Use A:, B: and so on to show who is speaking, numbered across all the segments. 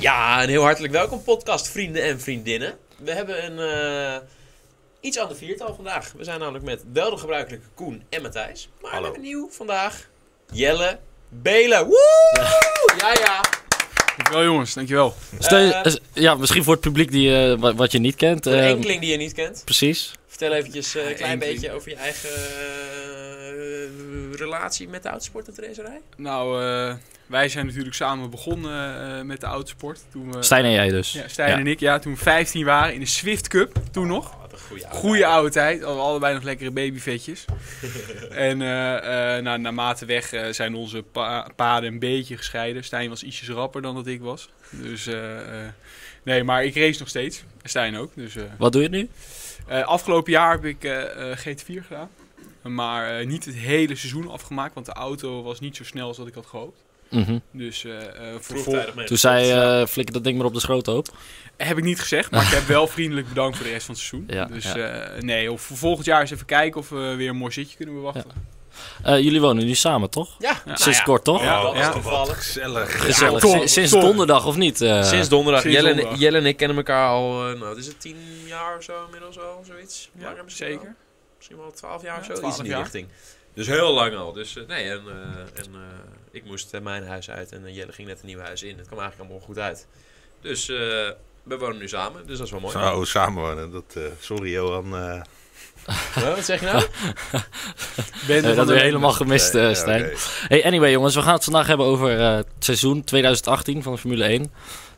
A: Ja, en heel hartelijk welkom podcast vrienden en vriendinnen. We hebben een eh, iets ander viertal vandaag. We zijn namelijk met wel de gebruikelijke Koen en Matthijs. Maar
B: Hallo.
A: we hebben nieuw vandaag Jelle Belen. Woe! Ja, ja.
C: Dankjewel jongens, dankjewel.
A: Eh,
B: Steun- eh, ja, misschien voor het publiek die, eh, wa- wat je niet kent.
A: Een
B: eh,
A: enkeling die je niet kent.
B: precies.
A: Vertel eventjes eh, een klein
C: enkeling.
A: beetje over je eigen eh, relatie met de autosport en racerij.
C: Nou, eh, wij zijn natuurlijk samen begonnen eh, met de autosport. Toen we,
B: Stijn en jij dus.
C: ja, Stijn
B: Ja.
C: en ik, ja, toen we 15 waren in de Swift Cup, toen nog.
A: Oh, wat een goede auto.
C: Goeie oude tijd, hadden we allebei nog lekkere babyvetjes. en eh, eh, nou, naarmate weg eh, zijn onze pa- paden een beetje gescheiden. Stijn was ietsjes rapper dan dat ik was. Dus eh, eh, nee, maar ik race nog steeds. En Stijn ook. Dus, eh,
B: Wat doe je nu?
C: eh, afgelopen jaar heb ik eh, eh, GT4 gedaan. Maar eh, niet het hele seizoen afgemaakt, want de auto was niet zo snel als dat ik had gehoopt.
B: Mhm.
C: Dus eh, eh, voor,
A: Vroegtijdig mee.
B: Toen zei eh, je, flikker dat ding maar op de schroothoop.
C: heb ik niet gezegd, maar ik heb wel vriendelijk bedankt voor de rest van het seizoen.
B: Ja,
C: dus
B: ja.
C: eh, nee, of voor volgend jaar eens even kijken of we weer een mooi zitje kunnen bewachten.
B: Eh, jullie wonen nu samen, toch?
A: Ja, nou
B: Sinds
A: ja.
B: kort, toch?
A: Ja,
C: Ja,
A: dat
C: ja.
A: is toevallig.
D: Gezellig.
B: Gezellig.
C: toch,
B: Sin- Sinds
C: toch.
B: donderdag, of niet? eh?
A: Sinds donderdag.
C: sinds
A: Jelle, en-
C: donderdag.
A: Jelle en ik kennen elkaar al, eh, nou, het is het tien jaar of zo inmiddels al, zoiets.
C: Ja,
A: Langer misschien wel.
C: zeker.
A: Misschien wel twaalf jaar of
C: Ja,
A: zo, iets
C: 12
A: in die
C: jaar.
A: richting. Dus heel lang al. Dus eh, nee, en, eh, en eh, ik moest eh, mijn huis uit en eh, Jelle ging net een nieuw huis in. Het kwam eigenlijk allemaal goed uit. Dus eh, we wonen nu samen, dus dat is wel mooi.
D: Zo, samenwonen. Dat, eh, sorry Johan. eh,
A: Huh, wat zeg je nou?
C: Ben
B: Eh, dat
C: van
B: hebben
C: de-
B: we helemaal gemist, eh,
D: ja,
B: Stijn.
D: oké.
B: Hey, anyway jongens, we gaan het vandaag hebben over eh, het seizoen 2018 van de Formule 1. Het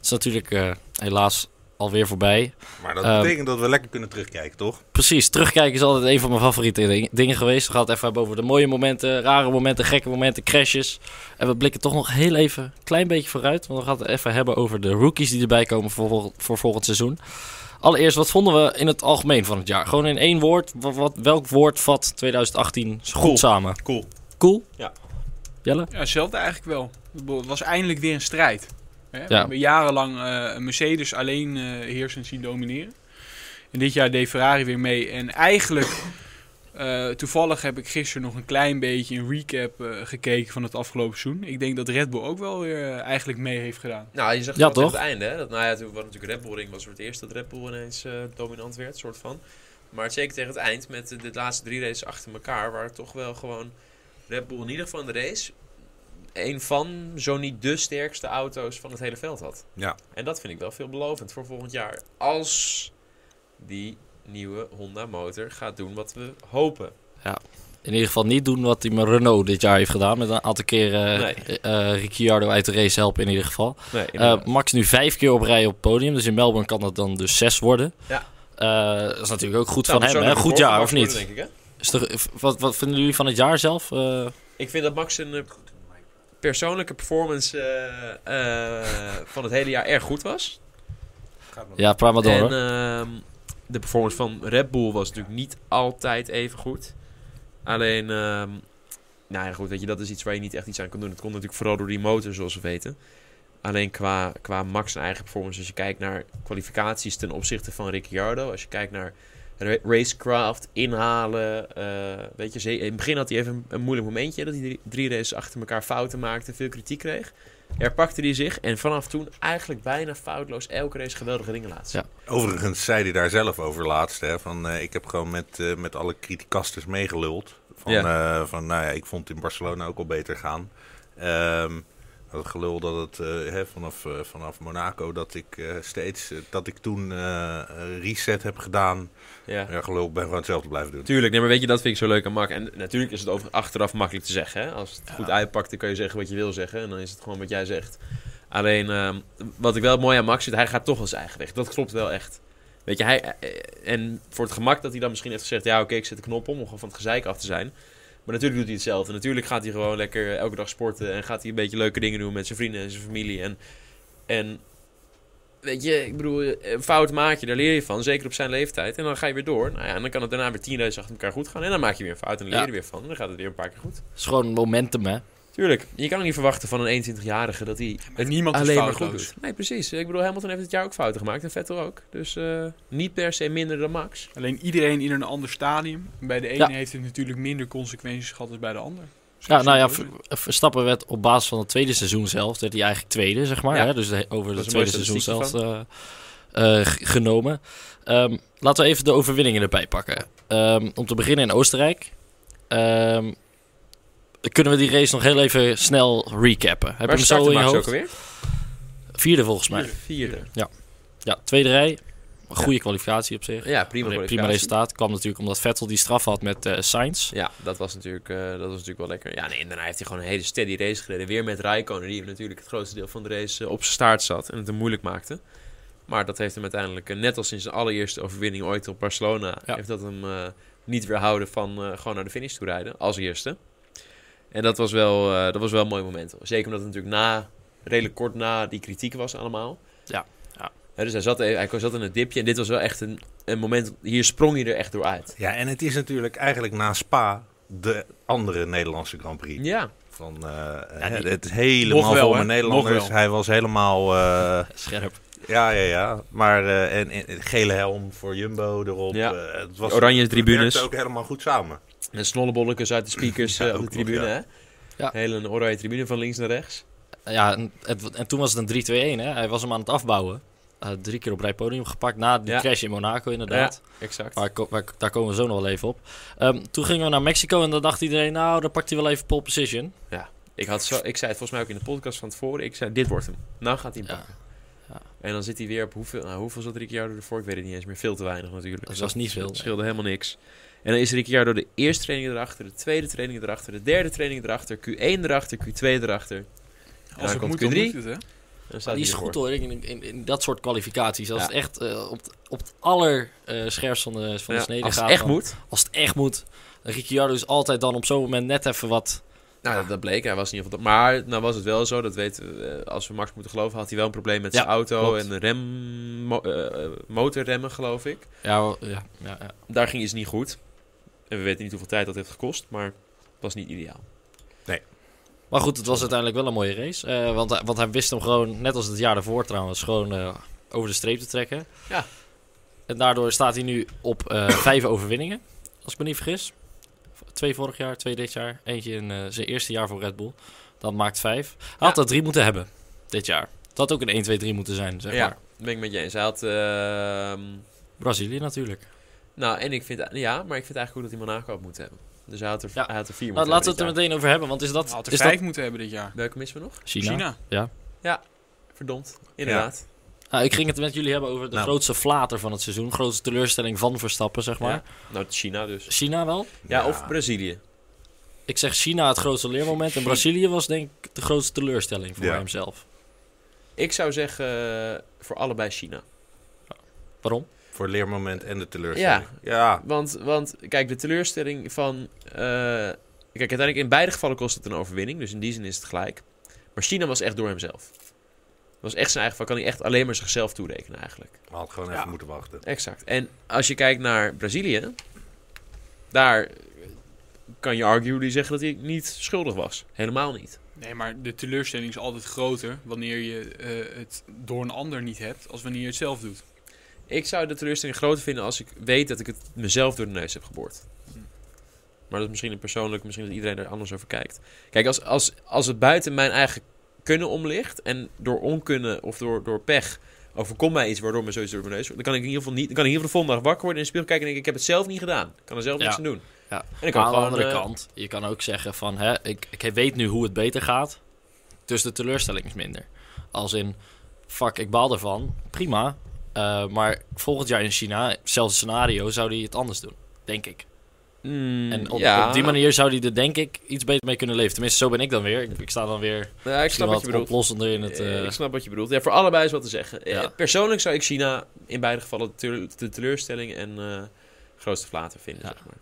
B: is natuurlijk eh, helaas alweer voorbij.
D: Maar dat
B: Ehm.
D: betekent dat we lekker kunnen terugkijken, toch?
B: Precies, terugkijken is altijd een van mijn favoriete ding- dingen geweest. We gaan het even hebben over de mooie momenten, rare momenten, gekke momenten, crashes. En we blikken toch nog heel even een klein beetje vooruit. Want we gaan het even hebben over de rookies die erbij komen voor, vol- voor volgend seizoen. Allereerst, wat vonden we in het algemeen van het jaar? Gewoon in één woord, wat, wat- welk woord vat 2018 goed
A: Cool.
B: samen?
A: Cool.
B: Cool?
A: Ja.
B: Jelle?
C: Ja, hetzelfde eigenlijk wel. Ik bedoel, Het was eindelijk weer een strijd. Hè? We
B: Ja.
C: hebben jarenlang eh, Mercedes alleen eh heersend zien domineren. En dit jaar deed Ferrari weer mee. En eigenlijk, eh, toevallig heb ik gisteren nog een klein beetje een recap eh, gekeken van het afgelopen seizoen. Ik denk dat Red Bull ook wel weer eh, eigenlijk mee heeft gedaan.
A: Nou, je zegt
B: Ja,
A: dat aan
B: toch?
A: het einde. Hè? Dat, nou ja, toen was natuurlijk Red Bull Ring was voor het eerst dat Red Bull ineens eh, dominant werd, soort van. Maar het zeker tegen het eind met de, de laatste drie races achter elkaar, waar toch wel gewoon Red Bull in ieder geval in de race een van, zo niet de sterkste auto's van het hele veld had.
D: Ja.
A: En dat vind ik wel veelbelovend voor volgend jaar. Als die nieuwe Honda motor gaat doen wat we hopen.
B: in ieder geval niet doen wat hij met Renault dit jaar heeft gedaan. Met een aantal keren eh,
A: Nee.
B: Ricciardo uit de race helpen in ieder geval.
A: Nee,
B: Eh, Max nu vijf keer op rij op het podium. Dus in Melbourne kan dat dan dus zes worden.
A: Ja.
B: Eh, dat is natuurlijk ook goed van hem. Hè? Goed jaar, of niet?
A: Denk ik, hè?
B: Is toch- eh, wat, wat vinden jullie van het jaar zelf? Eh,
A: Ik vind dat Max een eh, persoonlijke performance eh, eh, van het hele jaar erg goed was.
B: ja, praat maar door.
A: en
B: hoor.
A: ehm, de performance van Red Bull was natuurlijk niet altijd even goed. Alleen, ehm, nou ja, goed, weet je, dat is iets waar je niet echt iets aan kan doen. Het komt natuurlijk vooral door die motor, zoals we weten. Alleen qua, qua Max zijn eigen performance, als je kijkt naar kwalificaties ten opzichte van Ricciardo, als je kijkt naar ra- racecraft, inhalen, eh, weet je, ze- in het begin had hij even een, een moeilijk momentje, dat hij drie, drie races achter elkaar fouten maakte, veel kritiek kreeg. Er pakte hij zich en vanaf toen eigenlijk bijna foutloos elke race geweldige dingen laat zien.
B: Ja.
D: Overigens zei hij daar zelf over laatst. Hè, van, eh, ik heb gewoon met, eh, met alle criticasters meegeluld. Van, eh, van, nou ja, ik vond het in Barcelona ook al beter gaan. Ehm, dat gelul dat het eh, hè, vanaf, eh, vanaf Monaco dat ik eh, steeds eh, dat ik toen eh, een reset heb gedaan.
A: Ja.
D: Ja, gelul, ik ben gewoon hetzelfde blijven doen.
A: Tuurlijk, nee, maar weet je, dat vind ik zo leuk aan Mark. En natuurlijk is het over, achteraf makkelijk te zeggen. Hè? Als het goed uitpakt, dan kan je zeggen wat je wil zeggen. En dan is het gewoon wat jij zegt. Alleen, ehm, wat ik wel mooi aan Max vind, hij gaat toch wel zijn eigen weg. Dat klopt wel echt. Weet je, hij, eh, en voor het gemak dat hij dan misschien heeft gezegd... Ja, oké, ik zet de knop om om gewoon van het gezeik af te zijn. Maar natuurlijk doet hij hetzelfde. Natuurlijk gaat hij gewoon lekker eh, elke dag sporten. En gaat hij een beetje leuke dingen doen met zijn vrienden en zijn familie. En, en weet je, ik bedoel, een fout maak je, daar leer je van. Zeker op zijn leeftijd. En dan ga je weer door. Nou ja, en dan kan het daarna weer tien races achter elkaar goed gaan. En dan maak je weer een fout en dan leer je
B: Ja.
A: er weer van. En dan gaat het weer een paar keer goed.
B: Het is gewoon momentum, hè?
A: Tuurlijk, je kan ook niet verwachten van een 21-jarige dat hij
C: Maar niemand is
A: alleen maar goed
C: foutloos.
A: doet. Nee, precies. Ik bedoel, Hamilton heeft dit jaar ook fouten gemaakt. En Vettel ook. Dus eh, niet per se minder dan Max.
C: Alleen iedereen in een ander stadium. Bij de ene
B: Ja.
C: heeft het natuurlijk minder consequenties gehad dan bij de ander.
B: Ja, nou ja,
C: Sowieso.
B: Ver- Verstappen werd op basis van het tweede seizoen zelf, werd hij eigenlijk tweede, zeg maar.
A: Ja.
B: Hè? Dus de- over
A: is
B: het
A: een
B: tweede
A: mooie
B: seizoen
A: statistiek
B: zelf eh, eh, g- genomen. Ehm, laten we even de overwinningen erbij pakken. Ehm, om te beginnen in Oostenrijk. Ehm, kunnen we die race nog heel even snel recappen? Heb je hem zo in je
A: Max
B: hoofd?
A: ook alweer?
B: Vierde volgens mij.
A: Vierde.
B: Ja, tweede rij. Goede kwalificatie op zich.
A: Ja, prima
B: Prima,
A: kwalificatie.
B: resultaat. Kwam natuurlijk omdat Vettel die straf had met eh Sainz.
A: Ja, dat was, natuurlijk, eh, dat was natuurlijk wel lekker. Ja, nee, en daarna heeft hij gewoon een hele steady race gereden. Weer met Raikkonen, die hem natuurlijk het grootste deel van de race eh, op zijn staart zat. En het hem moeilijk maakte. Maar dat heeft hem uiteindelijk, eh, net als in zijn allereerste overwinning ooit op Barcelona...
B: Ja.
A: heeft dat hem eh, niet weerhouden van eh, gewoon naar de finish toe rijden. Als eerste. En dat was wel, eh, dat was wel een mooi moment. Zeker omdat het natuurlijk na, redelijk kort na die kritiek was allemaal.
B: Ja, ja.
A: Hè, dus hij zat, even- hij zat in het dipje. En dit was wel echt een, een moment... Hier sprong hij er echt door uit.
D: Ja, en het is natuurlijk eigenlijk na Spa de andere Nederlandse Grand Prix.
A: Ja,
D: Van, eh,
A: Ja, die-
D: het is helemaal
C: Nog wel,
D: vol met
C: hè?
D: Nederlanders.
C: Nog wel.
D: Hij was helemaal... eh,
B: Scherp.
D: ja, ja, ja. Maar eh, en, en gele helm voor Jumbo erop.
A: Ja.
D: eh, het was,
A: Oranje tribunes.
D: Het werkte ook helemaal goed samen.
A: En snollebolletjes uit de speakers
D: Ja,
A: eh, op
D: ook
A: de
D: nog,
A: tribune,
D: ja.
A: hè?
B: Ja.
A: Hele een oranje tribune van links naar rechts.
B: Ja, en, het- en toen was het een 3-2-1. Hè? Hij was hem aan het afbouwen. Eh, drie keer op rij podium gepakt. Na die
A: Ja.
B: crash in Monaco, inderdaad.
A: Exact.
B: Waar, ko- waar- daar komen we zo nog wel even op. Ehm, toen gingen we naar Mexico en dan dacht iedereen... Nou, dan pakt hij wel even pole position.
A: Ik, had zo, ik zei het volgens mij ook in de podcast van tevoren. Ik zei, dit wordt hem. Nou gaat hij hem
B: Ja.
A: pakken.
B: Ja.
A: En dan zit hij weer op hoeveel... Nou, hoeveel zat Ricciardo ervoor? Ik weet het niet eens meer. Veel te weinig natuurlijk.
B: Dat was niet veel,
A: Het
B: nee.
A: scheelde helemaal niks. En dan is Ricciardo de eerste training erachter, de tweede training erachter, de derde training erachter, Q1 erachter, Q2 erachter. dan
C: Als het
A: komt
C: moet, dan
A: Q3.
C: moet het, hè?
A: En dan staat
B: Maar Ah, die
A: hij
B: is
A: ervoor.
B: goed hoor, in, in, in dat soort kwalificaties. Als
A: Ja.
B: het echt eh, op, het- op het aller eh, scherpst van de, van
A: Ja,
B: de snede
A: Als
B: gaat...
A: het echt
B: dan-
A: moet.
B: Als het echt moet. Ricciardo is altijd dan op zo'n moment net even wat...
A: Nou, dat, dat bleek. Hij was in ieder geval... Maar nou was het wel zo, dat weten we, eh, als we Max moeten geloven, had hij wel een probleem met
B: Ja,
A: zijn auto
B: klopt.
A: en de rem, mo- eh, eh, motorremmen, geloof ik.
B: Ja, wel- ja, ja, ja.
A: Daar ging iets niet goed. En we weten niet hoeveel tijd dat heeft gekost, maar het was niet ideaal.
B: Maar goed, het was uiteindelijk wel een mooie race. eh, want, hij- want hij wist hem gewoon, net als het jaar daarvoor trouwens, gewoon eh, over de streep te trekken.
A: Ja.
B: En daardoor staat hij nu op eh, vijf overwinningen, als ik me niet vergis. Twee vorig jaar, twee dit jaar. Eentje in eh, zijn eerste jaar voor Red Bull. Dat maakt vijf. Hij had dat drie moeten hebben, dit jaar. Het had ook een 1, 2, 3 moeten zijn, zeg
A: ja,
B: maar.
A: dat ben ik met je eens. Hij had... ehm,
B: Brazilië natuurlijk.
A: nou, en ik vind... Ja, maar ik vind eigenlijk goed dat hij Monaco had moeten hebben. Dus hij had er,
B: Ja.
A: hij had er vier
B: Nou,
A: moeten
B: laten we het er
A: hebben dit
B: meteen over hebben, want is
C: Hij
B: dat...
C: had er
B: is
C: vijf
B: dat
C: moeten hebben dit jaar.
A: jaar. Welke missen we nog?
B: China?
C: China.
A: Verdomd. Inderdaad.
B: Ah, ik ging het met jullie hebben over de
D: Nou.
B: grootste flater van het seizoen. Grootste teleurstelling van Verstappen, zeg maar.
A: Nou, China dus.
B: China wel.
A: Ja, of Brazilië.
B: Ik zeg China het grootste leermoment. En Brazilië was denk ik de grootste teleurstelling voor
D: Ja.
B: hemzelf.
A: Ik zou zeggen eh, voor allebei China.
B: Waarom?
D: Voor leermoment en de teleurstelling. Ja. ja.
A: Want, want kijk, de teleurstelling van. eh, kijk, uiteindelijk in beide gevallen kost het een overwinning. Dus in die zin is het gelijk. Maar China was echt door hemzelf. Was echt zijn eigen val. Kan hij echt alleen maar zichzelf toerekenen eigenlijk.
D: We hadden gewoon
C: Ja.
D: even moeten wachten.
A: Exact. En als je kijkt naar Brazilië. Daar kan je arguably zeggen dat hij niet schuldig was. Helemaal niet.
C: Nee, maar de teleurstelling is altijd groter wanneer je eh, het door een ander niet hebt, als wanneer je het zelf doet.
A: Ik zou de teleurstelling groter vinden als ik weet dat ik het mezelf door de neus heb geboord. Maar dat is misschien een persoonlijk, misschien dat iedereen er anders over kijkt. Kijk, als, als, als het buiten mijn eigen kunnen om ligt en door onkunde of door, door pech overkomt mij iets waardoor me zoiets door mijn neus wordt, dan kan ik in ieder geval niet, dan kan ik in ieder geval de volgende dag wakker worden in de spiegel kijken en denken: ik heb het zelf niet gedaan. Ik kan er zelf
B: Ja.
A: niks aan doen.
B: Ja.
A: En ik kan
B: aan de
A: gewoon,
B: andere
A: eh,
B: kant, je kan ook zeggen van... Hè, ik, ik weet nu hoe het beter gaat. Dus de teleurstelling is minder. Als in, fuck, ik baal ervan. Prima. Eh, maar volgend jaar in China, hetzelfde scenario, zou hij het anders doen. Denk ik.
A: mm,
B: En op,
A: ja.
B: op die manier zou hij er denk ik iets beter mee kunnen leven. Tenminste, zo ben ik dan weer. Ik, ik sta dan weer
A: Ja, ik
B: misschien
A: snap wat
B: wat
A: je bedoelt.
B: oplossender in het...
A: Eh,
B: eh,
A: ik snap wat je bedoelt. Ja, voor allebei is wat te zeggen. Eh,
B: Ja.
A: Persoonlijk zou ik China in beide gevallen de, teleur- de teleurstelling en eh, grootste flater vinden.
B: Ja.
A: Zeg maar.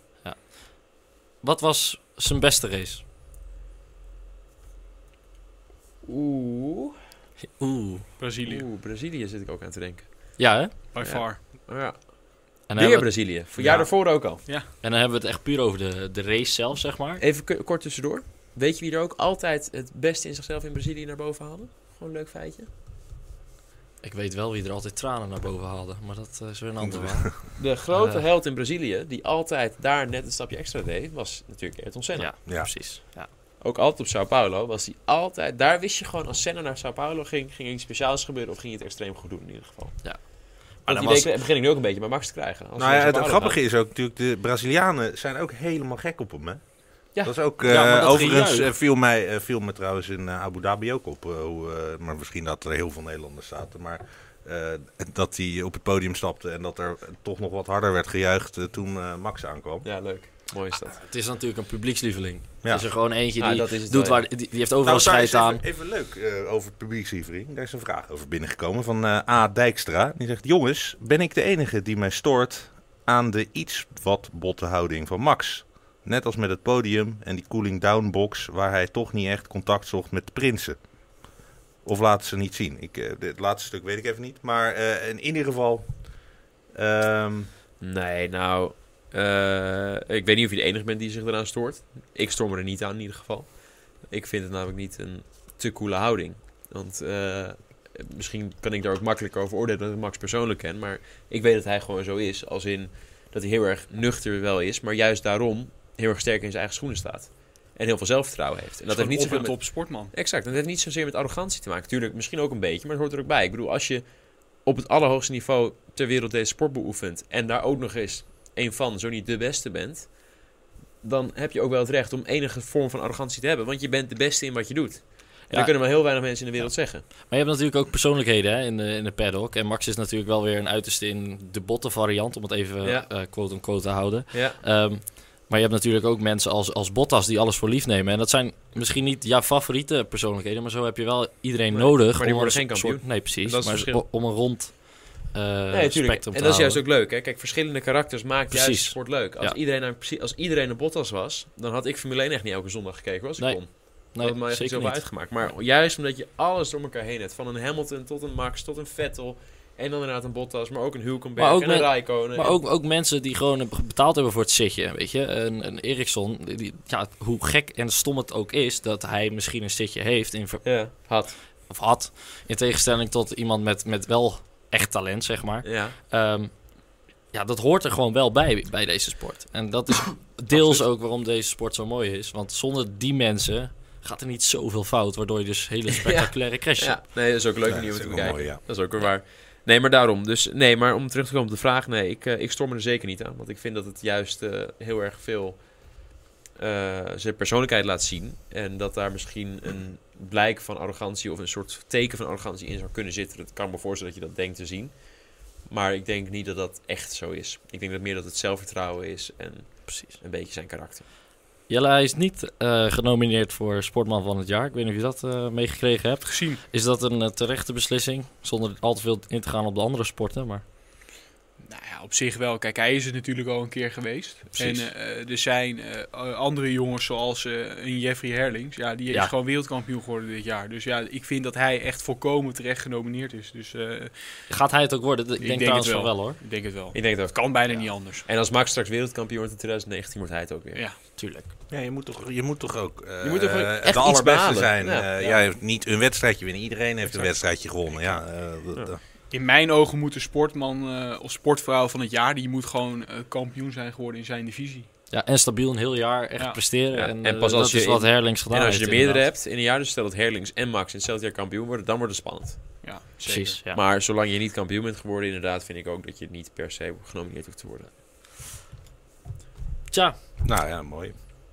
B: Wat was zijn beste race?
A: Oeh.
B: Oeh.
C: Brazilië,
A: Oeh, Brazilië zit ik ook aan te denken.
B: Ja, hè?
C: by
A: Ja.
C: far.
A: Oh ja.
B: En
A: Weer
B: hebben-
A: Brazilië. Voor
D: Ja.
A: jaar daarvoor ook al.
B: En dan hebben we het echt puur over de, de race zelf, zeg maar.
A: Even k- kort tussendoor. Weet je wie er ook altijd het beste in zichzelf in Brazilië naar boven haalde? Gewoon een leuk feitje.
B: Ik weet wel wie er altijd tranen naar boven haalde, maar dat eh, is weer een ander verhaal.
A: De grote
B: Eh.
A: held in Brazilië, die altijd daar net een stapje extra deed, was natuurlijk Ayrton Senna.
B: Ja,
D: Ja.
B: precies. Ja.
A: ook altijd op Sao Paulo, was hij altijd... Daar wist je gewoon, als Senna naar Sao Paulo ging, ging er iets speciaals gebeuren of ging hij het extreem goed doen in ieder geval.
D: Maar
A: Want
D: dan
A: die
D: was-
A: deed- begin ik nu ook een beetje bij Max te krijgen. Als
D: nou
A: hij
D: ja,
A: naar
D: het
A: Sao Paulo
D: grappige is ook natuurlijk, de Brazilianen zijn ook helemaal gek op hem, hè?
A: Ja.
D: Dat is ook,
A: Ja, maar
D: eh,
A: dat
D: overigens
A: gejuich.
D: eh, viel, mij, eh, viel me trouwens in eh, Abu Dhabi ook op, eh, hoe, eh, maar misschien dat er heel veel Nederlanders zaten, maar eh, dat hij op het podium stapte en dat er toch nog wat harder werd gejuicht eh, toen eh, Max aankwam.
A: gaat. Ja, leuk. Mooi is dat.
B: Het is natuurlijk een publiekslieveling.
D: Ja.
B: Het is er gewoon eentje
A: Ah,
B: die,
A: dat is het
B: doet
A: wel, ja. Nou,
B: waar, die, die heeft overal
D: daar
B: scheid
D: is Nou, even-
B: aan.
D: Even, leuk eh, over het publiek, Sivering. Daar is een vraag over binnengekomen van eh, A. Dijkstra. Die zegt: Jongens, ben ik de enige die mij stoort aan de iets wat botte houding van Max? Net als met het podium en die cooling down box, waar hij toch niet echt contact zocht met de prinsen. Of laten ze niet zien. Ik, eh, dit laatste stuk weet ik even niet. Maar eh, in ieder geval. ehm,
A: Nee, nou... eh, ik weet niet of je de enige bent die zich eraan stoort. Ik storm me er niet aan in ieder geval. Ik vind het namelijk niet een te coole houding. Want eh, misschien kan ik daar ook makkelijker over oordelen dat ik Max persoonlijk ken. Maar ik weet dat hij gewoon zo is. Als in dat hij heel erg nuchter wel is. Maar juist daarom heel erg sterk in zijn eigen schoenen staat. En heel veel zelfvertrouwen heeft. En dat heeft niet
C: op
A: zoveel
C: een
A: met-
C: top sportman.
A: Exact. En dat heeft niet zozeer met arrogantie te maken. Tuurlijk, misschien ook een beetje, maar het hoort er ook bij. Ik bedoel, als je op het allerhoogste niveau ter wereld deze sport beoefent. en daar ook nog eens een van, zo niet de beste bent. dan heb je ook wel het recht om enige vorm van arrogantie te hebben. Want je bent de beste in wat je doet. En
B: Ja.
A: dat kunnen maar heel weinig mensen in de wereld zeggen.
B: Maar je hebt natuurlijk ook persoonlijkheden hè, in, de, in de paddock. En Max is natuurlijk wel weer een uiterste in de botte variant, om het even
A: Ja.
B: eh, quote-unquote te houden.
A: Ja.
B: Ehm, maar je hebt natuurlijk ook mensen als, als Bottas die alles voor lief nemen. En dat zijn misschien niet jouw favoriete persoonlijkheden, maar zo heb je wel iedereen
A: Nee,
B: nodig.
A: maar die
B: om
A: worden
B: een
A: geen
B: soort-
A: kampioen.
B: nee, precies.
A: Dat is het
B: maar
A: verschil.
B: om een rond eh
A: Nee, tuurlijk.
B: spectrum
A: En
B: te
A: dat is juist
B: houden.
A: ook leuk. Hè? Kijk, verschillende karakters maakt juist
B: Precies.
A: de sport leuk. Als,
B: Ja.
A: iedereen een, precies- als iedereen een Bottas was, dan had ik Formule 1 echt niet elke zondag gekeken hoor, als ik
B: Nee.
A: kon.
B: Nee,
A: dat had me echt
B: zeker
A: zoveel
B: niet.
A: uitgemaakt. Maar juist omdat je alles door elkaar heen hebt. Van een Hamilton tot een Max, tot een Vettel. En dan inderdaad een Bottas, maar ook een Hulkenberg
B: Maar ook
A: en een
B: met-
A: Raikkonen.
B: Maar
A: En-
B: ook, ook mensen die gewoon een- betaald hebben voor het zitje, weet je. Een, een Ericsson, die, ja, hoe gek en stom het ook is dat hij misschien een zitje heeft in, ver-
A: Ja, had.
B: of had. In tegenstelling tot iemand met, met wel echt talent, zeg maar.
A: Ja.
B: Ehm, ja, dat hoort er gewoon wel bij, bij deze sport. En dat is deels ook waarom deze sport zo mooi is. Want zonder die mensen gaat er niet zoveel fout, waardoor je dus hele spectaculaire crashes
A: ja. Nee, dat is ook leuk om
D: ja,
A: nieuw
D: nou, dat
A: te
D: is ook wel
A: bekijken.
D: mooi, ja.
A: Dat is ook weer waar. Nee, maar daarom. Dus nee, maar om terug te komen op de vraag. Nee, ik, eh, ik storm me er zeker niet aan. Want ik vind dat het juist eh, heel erg veel eh, zijn persoonlijkheid laat zien. En dat daar misschien een blijk van arrogantie of een soort teken van arrogantie in zou kunnen zitten. Dat kan me voorstellen dat je dat denkt te zien. Maar ik denk niet dat dat echt zo is. Ik denk dat meer dat het zelfvertrouwen is en
B: Precies.
A: een beetje zijn karakter.
B: Jelle, hij is niet eh, genomineerd voor Sportman van het jaar. Ik weet niet of je dat eh, meegekregen hebt.
C: Gezien.
B: Is dat een eh, terechte beslissing? Zonder al te veel in te gaan op de andere sporten, maar...
C: Nou ja, op zich wel. Kijk, hij is het natuurlijk al een keer geweest.
B: Precies.
C: En eh, er zijn eh, eh, andere jongens zoals eh, een Jeffrey Herlings. Ja, die
B: Ja.
C: is gewoon wereldkampioen geworden dit jaar. Dus ja, ik vind dat hij echt volkomen terecht genomineerd is. Dus eh,
B: Gaat hij het ook worden? Ik denk,
C: denk
B: trouwens
C: het
B: van
C: wel.
B: wel, hoor.
C: ik denk het wel.
A: Ik denk dat
C: kan bijna
B: Ja.
C: niet anders.
A: En als Max straks wereldkampioen wordt in 2019, wordt hij het ook weer.
C: Ja.
B: Tuurlijk.
D: Ja, je moet toch, je moet toch ook eh,
A: Je moet toch ook
D: eh,
A: echt
D: het
A: iets
D: allerbeste
A: behalen.
D: zijn.
A: Ja.
D: Eh,
A: Ja.
D: ja. niet een wedstrijdje winnen. Iedereen heeft een wedstrijdje gewonnen. Ja, eh, dat-
A: Ja.
D: dat-
C: In mijn ogen moet de sportman eh, of sportvrouw van het jaar... die moet gewoon eh, kampioen zijn geworden in zijn divisie.
B: Ja, en stabiel een heel jaar echt
C: Ja.
B: presteren.
A: Ja,
B: En,
A: en
B: eh,
A: pas als
B: dat
A: je
B: is wat
A: in-
B: Herlings gedaan
A: En als je er
B: heeft,
A: meerdere
B: inderdaad.
A: hebt in een jaar, dus stel dat Herlings en Max in hetzelfde jaar kampioen worden, dan wordt het spannend.
C: Ja, zeker.
B: Precies, ja.
A: Maar zolang je niet kampioen bent geworden, inderdaad, vind ik ook dat je niet per se genomineerd hoeft te worden.
B: Tja,
D: nou ja, mooi.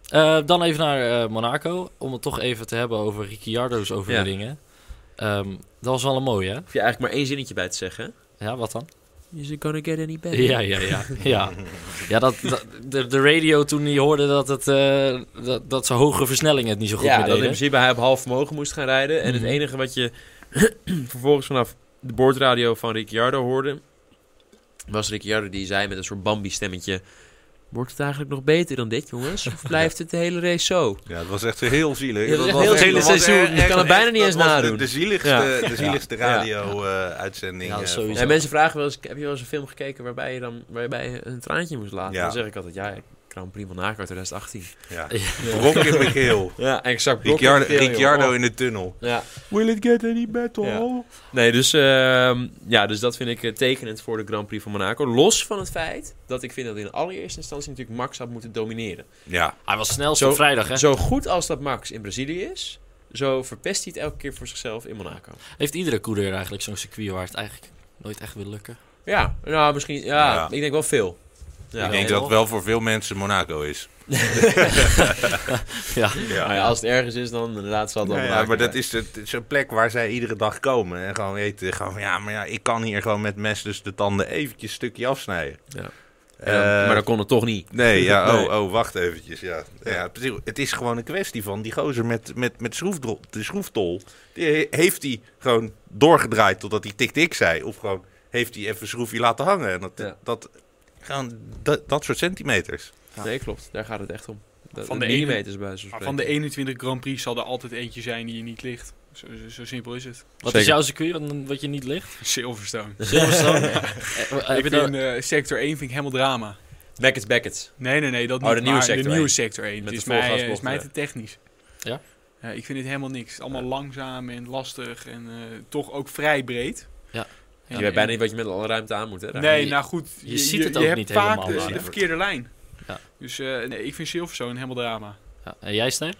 B: Eh, dan even naar eh, Monaco. Om het toch even te hebben over Ricciardo's overwinningen. Ehm, dat was wel een mooie, hè?
A: Hoef je eigenlijk maar één zinnetje bij te zeggen.
B: Ja, wat dan?
A: Is it gonna get any better?
B: Ja, ja, ja. Ja, ja dat, dat- de, de radio toen die hoorde dat, het, eh, dat, dat ze hoge versnellingen het niet zo goed
A: Ja,
B: meer
A: dat in
B: deden.
A: principe hij op half vermogen moest gaan rijden. En
B: Mhm.
A: het enige wat je vervolgens vanaf de boordradio van Ricciardo hoorde, was Ricciardo die zei met een soort Bambi-stemmetje... Wordt het eigenlijk nog beter dan dit, jongens? Of blijft het de hele race zo?
D: Ja, het was echt heel zielig.
A: Ja, dat was
D: Dat was
A: heel
D: echt-
A: zielig
D: dat was
A: seizoen.
D: echt-
A: Je kan het
D: echt-
A: bijna niet
D: dat
A: eens
D: was de-
A: nadoen.
D: De zieligste,
A: Ja.
D: de zieligste
A: Ja.
D: radio-uitzending. eh,
B: Ja, dat is sowieso.
A: En mensen vragen wel eens, heb je wel eens een film gekeken waarbij je, dan, waarbij je een traantje moest laten?
D: Ja.
A: Dan zeg ik altijd, ja, Grand Prix Monaco 2018.
D: ja.
B: Ja.
D: Brok in mijn keel.
A: Ja, exact.
D: Ricciardo, Ricciardo in de tunnel.
A: Ja.
D: Will it get any better?
A: Ja. Nee, dus, ehm, ja, dus dat vind ik eh, tekenend voor de Grand Prix van Monaco. Los van het feit dat ik vind dat in allereerste instantie natuurlijk Max had moeten domineren.
D: Ja,
B: Hij was snelst
A: Zo-
B: op vrijdag, hè?
A: Zo goed als dat Max in Brazilië is, zo verpest hij het elke keer voor zichzelf in Monaco.
B: Heeft iedere coureur eigenlijk zo'n circuit waar het eigenlijk nooit echt wil lukken?
A: Ja, nou misschien, ja,
D: Ja.
A: ik denk wel veel. Ja,
D: ik denk
B: heel.
D: dat het wel voor veel mensen Monaco is.
B: Ja.
D: Ja.
A: Nou ja, als het ergens is, dan inderdaad zal het wel
D: Ja, ja,
A: Monaco
D: maar dat
A: zijn.
D: is, het is een plek waar zij iedere dag komen. En gewoon weten, gewoon, van, ja, maar ja, ik kan hier gewoon met mes dus de tanden eventjes een stukje afsnijden.
A: Ja.
D: Eh,
A: Ja, maar dat kon het toch niet.
D: Nee, ja,
A: Nee.
D: oh, oh, wacht eventjes. Ja. Ja, precies. het is gewoon een kwestie van die gozer met, met, met schroefdrol, de schroeftol. Die he- heeft hij gewoon doorgedraaid totdat hij tik-tik zei. Of gewoon heeft hij even schroefje laten hangen. En dat,
A: Ja.
D: dat, gewoon dat, dat soort centimeters.
B: Ja.
A: Nee, klopt. Daar gaat het echt om. Dat,
C: Van
A: van
C: de
A: de
C: ene-
A: millimeters bij zo'n
C: Maar Ah, van de 21 Grand Prix zal er altijd eentje zijn die je niet ligt. Zo, zo, zo simpel is het.
B: Wat is
A: Zeker.
B: jouw circuit en wat je niet ligt?
C: Silverstone.
B: Silverstone. Eh, eh, heb
C: Ik
B: je
C: vind,
B: daar-
C: eh, sector 1 vind ik helemaal drama.
A: Beckets, Beckets.
C: Nee, nee, nee, dat
A: Oh,
C: niet.
A: de nieuwe
C: maar
A: sector
C: de nieuwe
A: één.
C: sector 1.
A: Met
C: Het
A: de
C: is mij, eh, is
A: volgasbochten.
C: mij te technisch.
B: Ja?
C: Ja, ik vind het helemaal niks. Allemaal langzaam en lastig en eh, toch ook vrij breed.
B: Ja.
C: En-
A: je weet bijna niet wat je met alle ruimte aan moet, hè? daar.
C: Nee,
B: Je-
C: nou goed.
B: je ziet het ook
C: hebt
B: niet
C: vaak
B: helemaal
C: de-
D: waar.
C: de, verkeerde lijn.
B: Ja.
C: Dus eh, nee, ik vind Silverstone helemaal drama.
B: Ja, en jij, Stijn?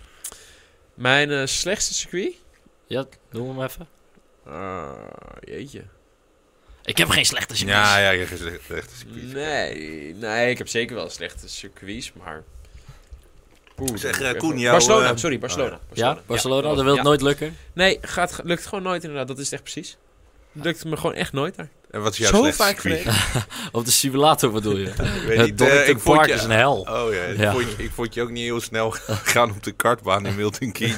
A: Mijn eh, slechtste circuit?
B: Ja, noem hem even.
A: Ah, jeetje.
B: Ik heb geen slechte circuits.
D: Ja, ja, je gezegd echt een circuit.
A: Nee, nee, ik heb zeker wel slechte circuits, maar... Oeh, dan
D: Zeg,
A: moet
D: eh,
A: ik even-
D: Koen, jouw,
A: Barcelona,
D: eh,
A: sorry, Barcelona.
B: Ja, Barcelona,
A: Ja,
B: dat wil het
A: ja.
B: nooit lukken.
A: Nee, gaat, lukt gewoon nooit inderdaad. Dat is het echt precies. Lukt me gewoon echt nooit daar.
D: En wat is jouw
A: Zo
D: slechtste
A: vaak
D: circuit?
A: geleden.
B: Op de simulator bedoel je.
D: Ik weet
B: Het
D: niet, eh, ik
B: Donington
D: vond
B: Park
D: je-
B: is een hel.
D: Oh ja, ik,
B: Ja.
D: Vond je, ik vond je ook niet heel snel gaan op de kartbaan in Milton Keynes.